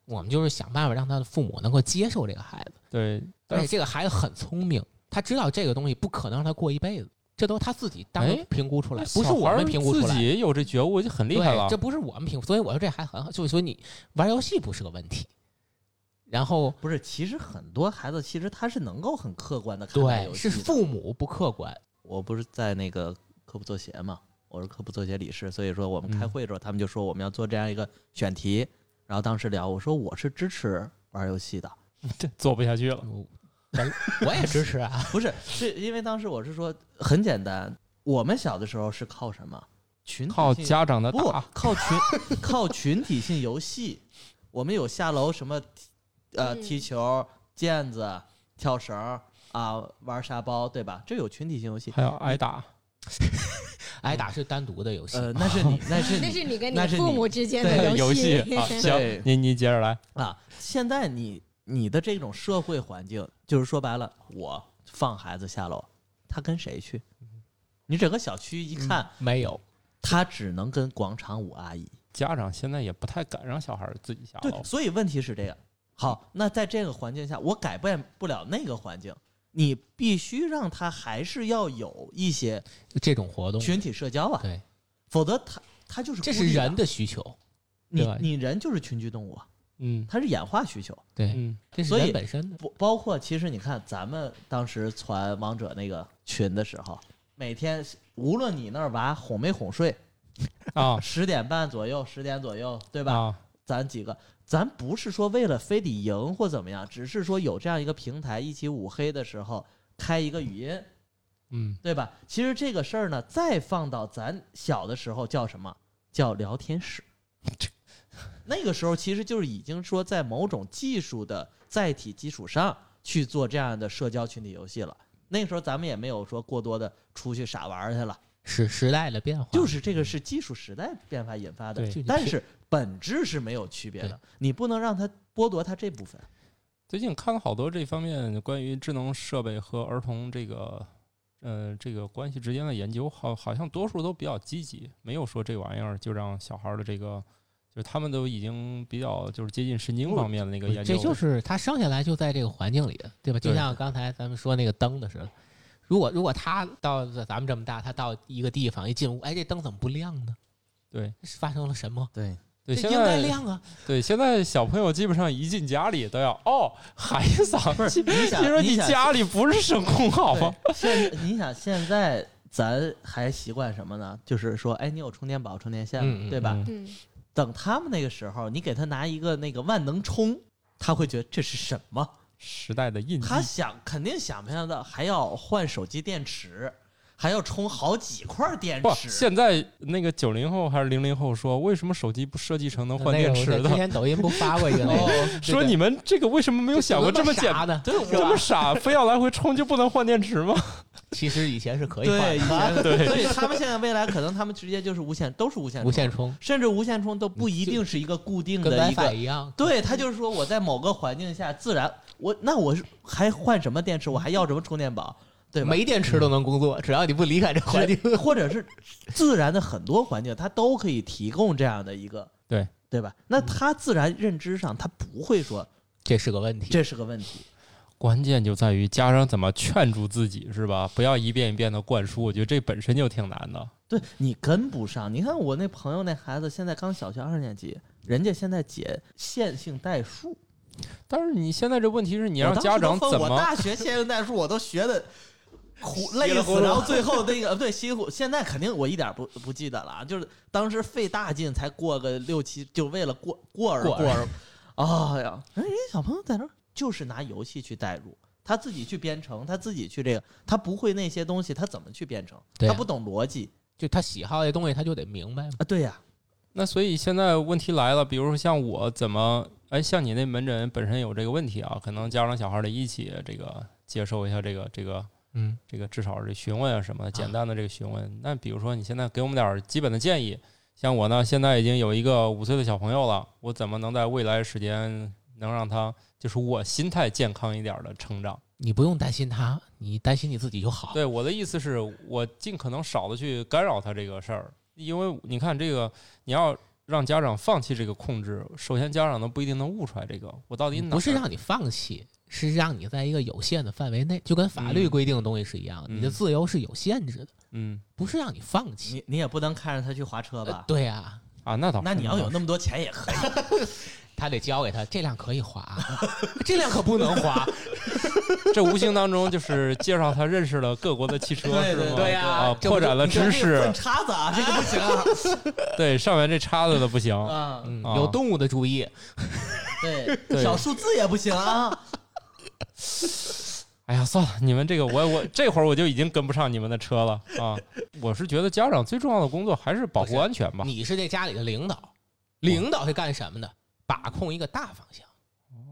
[SPEAKER 2] 我们就是想办法让他的父母能够接受这个孩子。
[SPEAKER 1] 对，
[SPEAKER 2] 而
[SPEAKER 1] 但
[SPEAKER 2] 且
[SPEAKER 1] 是
[SPEAKER 2] 这个孩子很聪明，他知道这个东西不可能让他过一辈子，这都他自己当
[SPEAKER 1] 哎
[SPEAKER 2] 评估出来，
[SPEAKER 1] 小
[SPEAKER 2] 不是我
[SPEAKER 1] 孩儿
[SPEAKER 2] 们评估出
[SPEAKER 1] 自
[SPEAKER 2] 来。
[SPEAKER 1] 己有这觉悟就很厉害
[SPEAKER 2] 对
[SPEAKER 1] 了
[SPEAKER 2] 这。不是我们评估，所以我说这孩子很好，就是说你玩游戏不是个问题。然后
[SPEAKER 4] 不是，其实很多孩子其实他是能够很客观的看
[SPEAKER 2] 对
[SPEAKER 4] 待游，戏
[SPEAKER 2] 是
[SPEAKER 4] 的。
[SPEAKER 2] 父母不客观，
[SPEAKER 4] 我不是在那个科普作协嘛，我是科普作协理事，所以说我们
[SPEAKER 1] 嗯
[SPEAKER 4] 开会的时候，他们就说我们要做这样一个选题，然后当时聊，我说我是支持玩游戏的，
[SPEAKER 1] 这做不下去了。
[SPEAKER 2] 嗯咱我也支持啊。
[SPEAKER 4] 不是，是因为当时我是说很简单，我们小的时候是靠什么群体
[SPEAKER 1] 靠
[SPEAKER 4] 性
[SPEAKER 1] 家长的
[SPEAKER 4] 不
[SPEAKER 1] 打，
[SPEAKER 4] 靠群靠群体性游戏，我们有下楼什么踢呃
[SPEAKER 3] 嗯
[SPEAKER 4] 踢球、毽子、跳绳儿啊、玩沙包，对吧？这有群体性游戏。
[SPEAKER 1] 还要挨打。
[SPEAKER 2] 挨打是单独的游戏，
[SPEAKER 4] 呃，那是 你，那是你，
[SPEAKER 3] 那是你跟
[SPEAKER 4] 那
[SPEAKER 3] 你
[SPEAKER 4] 是
[SPEAKER 3] 父
[SPEAKER 4] 你
[SPEAKER 3] 母之间
[SPEAKER 4] 对
[SPEAKER 3] 的
[SPEAKER 1] 游
[SPEAKER 3] 戏
[SPEAKER 1] 戏 啊，
[SPEAKER 4] 对
[SPEAKER 1] 行，您您接着来。
[SPEAKER 4] 啊，现在你你的这种社会环境，就是说白了，我放孩子下楼，他跟谁去？
[SPEAKER 2] 嗯
[SPEAKER 4] 你整个小区一看，
[SPEAKER 2] 没有。
[SPEAKER 4] 他只能跟广场舞阿姨。
[SPEAKER 1] 家长现在也不太敢让小孩儿自己下楼
[SPEAKER 4] 对，，所以问题是这个。好，那在这个环境下，我改变不了那个环境，你必须让他还是要有一些
[SPEAKER 2] 这种活动，
[SPEAKER 4] 群体社交啊，
[SPEAKER 2] 对，
[SPEAKER 4] 否则他他就是
[SPEAKER 2] 这
[SPEAKER 4] 孤
[SPEAKER 2] 是
[SPEAKER 4] 立的
[SPEAKER 2] 人，的需求，
[SPEAKER 4] 你
[SPEAKER 2] 对吧
[SPEAKER 4] 你人就是群居动物啊，
[SPEAKER 1] 嗯
[SPEAKER 4] 它是演化需求。
[SPEAKER 2] 对，
[SPEAKER 1] 嗯，
[SPEAKER 2] 这是
[SPEAKER 4] 所以
[SPEAKER 2] 人本身的。
[SPEAKER 4] 不包括其实你看咱们当时传王者那个群的时候，每天无论你那儿娃哄没哄睡，
[SPEAKER 1] 啊
[SPEAKER 4] 十点半左右，十点左右， 对吧？
[SPEAKER 1] 啊，
[SPEAKER 4] 咱几个，咱不是说为了非得赢或怎么样，只是说有这样一个平台，一起五黑的时候开一个语音，
[SPEAKER 1] 嗯，
[SPEAKER 4] 对吧？其实这个事儿呢，再放到咱小的时候叫什么？叫聊天室。那个时候其实就是已经说在某种技术的载体基础上去做这样的社交群体游戏了。那个时候咱们也没有说过多的出去傻玩儿去了，
[SPEAKER 2] 时时代的变化，
[SPEAKER 4] 就是这个是技术时代变化引发的
[SPEAKER 1] 对
[SPEAKER 2] 就，你
[SPEAKER 4] 但
[SPEAKER 2] 偏
[SPEAKER 4] 是本质是没有区别的
[SPEAKER 2] 对。
[SPEAKER 4] 你不能让他剥夺他这部分。
[SPEAKER 1] 最近看了好多这方面关于智能设备和儿童这个呃这个关系之间的研究，好好像多数都比较积极，没有说这玩意儿就让小孩儿的这个，就是他们都已经比较就是接近神经方面的那个研究
[SPEAKER 2] 这
[SPEAKER 1] 了，
[SPEAKER 2] 就是他生下来就在这个环境里，对吧？就
[SPEAKER 1] 对
[SPEAKER 2] 像刚才咱们说那个灯的似的，如果如果他到咱们这么大，他到一个地方一进屋，哎，这灯怎么不亮呢？
[SPEAKER 1] 对
[SPEAKER 2] 是发生了什么？
[SPEAKER 4] 对，
[SPEAKER 1] 对
[SPEAKER 2] 这
[SPEAKER 1] 现
[SPEAKER 2] 应该
[SPEAKER 1] 在
[SPEAKER 2] 亮啊！
[SPEAKER 1] 对现在小朋友基本上一进家里都要哦喊一嗓
[SPEAKER 4] 不是
[SPEAKER 1] 子，
[SPEAKER 4] 你想
[SPEAKER 1] 你说
[SPEAKER 4] 你想
[SPEAKER 1] 家里不是声控好吗？
[SPEAKER 4] 对现你想现在咱还习惯什么呢？就是说，哎，你有充电宝、充电线
[SPEAKER 2] 嗯嗯
[SPEAKER 4] 吗，对吧？
[SPEAKER 1] 嗯
[SPEAKER 3] 嗯，
[SPEAKER 4] 等他们那个时候，你给他拿一个那个万能充，他会觉得这是什么？
[SPEAKER 1] 时代的印记，
[SPEAKER 4] 他想肯定想不想到还要换手机电池，还要充好几块电
[SPEAKER 1] 不，
[SPEAKER 4] 池。
[SPEAKER 1] 现在那个九零后还是零零后说，为什么手机不设计成能换
[SPEAKER 2] 那
[SPEAKER 1] 电
[SPEAKER 2] 个我
[SPEAKER 1] 池
[SPEAKER 2] 之
[SPEAKER 1] 的？
[SPEAKER 2] 前抖音不发过一个那个，
[SPEAKER 4] 哦，
[SPEAKER 1] 说你们这个为什么没有想过这么简
[SPEAKER 2] 傻的？
[SPEAKER 4] 对，
[SPEAKER 1] 这么傻，非要来回充就不能换电池吗？
[SPEAKER 2] 其实以前是可以
[SPEAKER 4] 对，
[SPEAKER 2] 换
[SPEAKER 4] 以
[SPEAKER 2] 的，
[SPEAKER 4] 前
[SPEAKER 1] 对
[SPEAKER 4] 所以他们现在未来可能他们直接就是无线，都是无线，
[SPEAKER 2] 无线，充
[SPEAKER 4] 甚至无线充都不一定是一个固定
[SPEAKER 2] 跟
[SPEAKER 4] 的一
[SPEAKER 2] WiFi
[SPEAKER 4] 个。
[SPEAKER 2] 一样，
[SPEAKER 4] 对他就是说，我在某个环境下自然我那我是还换什么电池，我还要什么充电宝，对吧？
[SPEAKER 2] 没电池都能工作，只要你不离开这环境。
[SPEAKER 4] 是或者是自然的很多环境，它都可以提供这样的一个
[SPEAKER 1] 对
[SPEAKER 4] 对吧？那他自然认知上，他不会说
[SPEAKER 2] 这是个问题。
[SPEAKER 4] 这是个问题。
[SPEAKER 1] 关键就在于家长怎么劝住自己，是吧？不要一遍一遍的灌输，我觉得这本身就挺难的。
[SPEAKER 4] 对你跟不上，你看我那朋友那孩子现在刚小学二年级，人家现在解线性代数，
[SPEAKER 1] 但是你现在这问题是你让
[SPEAKER 4] 我当时
[SPEAKER 1] 家长
[SPEAKER 4] 都疯
[SPEAKER 1] 怎
[SPEAKER 4] 我
[SPEAKER 1] 么
[SPEAKER 4] 大学线性代数我都学的 苦累
[SPEAKER 1] 稀里糊涂
[SPEAKER 4] 死，然后最后那个对辛苦，现在肯定我一点不不记得了啊，就是当时费大劲才过个六七，就为了过过儿
[SPEAKER 2] 过儿
[SPEAKER 4] 过 儿，哎、呀，人家小朋友在那儿就是拿游戏去代入。他自己去编程，他自己去这个，他不会那些东西，他怎么去编程？
[SPEAKER 2] 对啊
[SPEAKER 4] 他不懂逻辑
[SPEAKER 2] 就他喜好这东西，他就得明白嘛。
[SPEAKER 4] 啊！对呀、
[SPEAKER 1] 那所以现在问题来了，比如说像我怎么，哎，像你那门诊本身有这个问题啊，可能家长小孩得一起这个接受一下这个这个
[SPEAKER 2] 嗯，
[SPEAKER 1] 这个至少是询问啊什么的，简单的这个询问。那比如说你现在给我们点儿基本的建议，像我呢，现在已经有一个五岁的小朋友了，我怎么能在未来时间能让他就是我心态健康一点儿的成长？
[SPEAKER 2] 你不用担心他，你担心你自己就好。
[SPEAKER 1] 对我的意思是我尽可能少的去干扰他这个事儿，因为你看这个，你要让家长放弃这个控制，首先家长都不一定能悟出来这个我到
[SPEAKER 4] 嗯
[SPEAKER 1] 底哪儿
[SPEAKER 2] 不是让你放弃，是让你在一个有限的范围内，就跟法律
[SPEAKER 1] 嗯
[SPEAKER 2] 规定的东西是一样的，你的
[SPEAKER 1] 嗯
[SPEAKER 2] 自由是有限制的，
[SPEAKER 1] 嗯
[SPEAKER 2] 不是让你放弃。
[SPEAKER 4] 你你也不能看着他去划车
[SPEAKER 2] 呃
[SPEAKER 4] 吧？
[SPEAKER 2] 对啊，
[SPEAKER 1] 啊，那倒
[SPEAKER 4] 那你要有
[SPEAKER 1] 那
[SPEAKER 4] 那么多钱
[SPEAKER 1] 呃
[SPEAKER 4] 也可以。
[SPEAKER 2] 他得教给他这辆可以滑，啊 这辆可不能滑。
[SPEAKER 1] 这无形当中就是介绍他认识了各国的汽车，
[SPEAKER 4] 对对
[SPEAKER 1] 是吗？
[SPEAKER 2] 对呀
[SPEAKER 1] 啊，
[SPEAKER 2] 这不
[SPEAKER 1] 扩展了
[SPEAKER 4] 你看
[SPEAKER 1] 知
[SPEAKER 4] 这个
[SPEAKER 1] 识
[SPEAKER 4] 粪。叉子啊，这个不行啊！
[SPEAKER 1] 对，上面这叉子的不行。
[SPEAKER 4] 啊，
[SPEAKER 2] 嗯，
[SPEAKER 1] 啊
[SPEAKER 2] 有动物的注意，
[SPEAKER 4] 对，
[SPEAKER 1] 对
[SPEAKER 4] 小数字也不行啊。
[SPEAKER 1] 哎呀，算了，你们这个我我这会儿我就已经跟不上你们的车了啊！我是觉得家长最重要的工作还是保
[SPEAKER 2] 不
[SPEAKER 1] 护
[SPEAKER 2] 是
[SPEAKER 1] 安全吧。
[SPEAKER 2] 你是这家里的领导，领导是干什么的？把控一个大方向，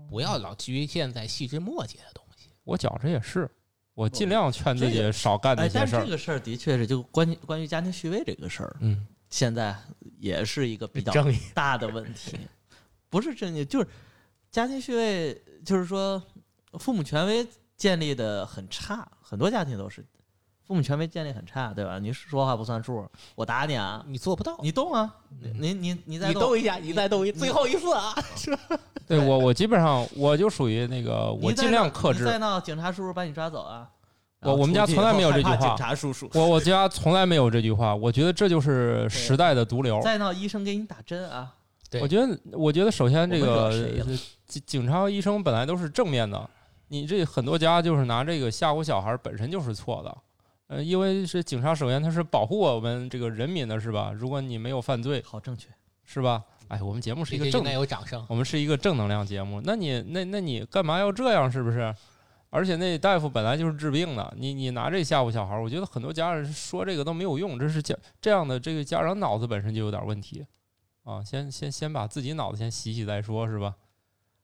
[SPEAKER 2] 不要老局限在细枝末节的东西。
[SPEAKER 1] 我觉着也是，我尽量劝自己少干那
[SPEAKER 4] 哎，
[SPEAKER 1] 些
[SPEAKER 4] 但
[SPEAKER 1] 事
[SPEAKER 4] 是
[SPEAKER 1] 儿
[SPEAKER 4] 这。个事儿的确是就关于关于家庭序位这个事儿，
[SPEAKER 2] 嗯，
[SPEAKER 4] 现在也是一个比较
[SPEAKER 2] 正义。
[SPEAKER 4] 大的问题，不是正经，就是家庭序位，就是说父母权威建立的很差，很多家庭都是父母权威建立很差，对吧？你说话不算数，我打你啊，
[SPEAKER 1] 嗯
[SPEAKER 2] 你做不到，
[SPEAKER 4] 你动啊，
[SPEAKER 2] 嗯
[SPEAKER 4] 你你你再
[SPEAKER 2] 你
[SPEAKER 4] 动，
[SPEAKER 2] 动一下，你再动一，最后一次啊！
[SPEAKER 1] 对我，我基本上我就属于那个，我
[SPEAKER 4] 你再
[SPEAKER 1] 尽量
[SPEAKER 4] 闹
[SPEAKER 1] 克
[SPEAKER 4] 你
[SPEAKER 1] 制。
[SPEAKER 4] 再闹，警察叔叔把你抓走啊！
[SPEAKER 1] 我我们家从来没有这句话
[SPEAKER 4] 然后出去以后害怕警察叔叔
[SPEAKER 1] 我我家从来没有这句话，我觉得这就是时代的毒瘤。
[SPEAKER 4] 再闹，医生给你打针啊！
[SPEAKER 2] 对
[SPEAKER 1] 我觉得，我觉得首先这
[SPEAKER 4] 我
[SPEAKER 1] 个
[SPEAKER 4] 们惹谁了
[SPEAKER 1] 警警察和医生本来都是正面的，你这很多家就是拿这个吓唬小孩，本身就是错的。呃，因为是警察，首先他是保护我们这个人民的，是吧？如果你没有犯罪，
[SPEAKER 4] 好正确，
[SPEAKER 1] 是吧？哎，我们节目是一个
[SPEAKER 2] 这
[SPEAKER 1] 正
[SPEAKER 2] 应该有掌声。
[SPEAKER 1] 我们是一个正能量节目，那你那那你干嘛要这样？是不是？而且那大夫本来就是治病的，你你拿这吓唬小孩儿，我觉得很多家长说这个都没有用，这是家这样的这个家长脑子本身就有点问题啊！先先先把自己脑子先洗洗再说，是吧？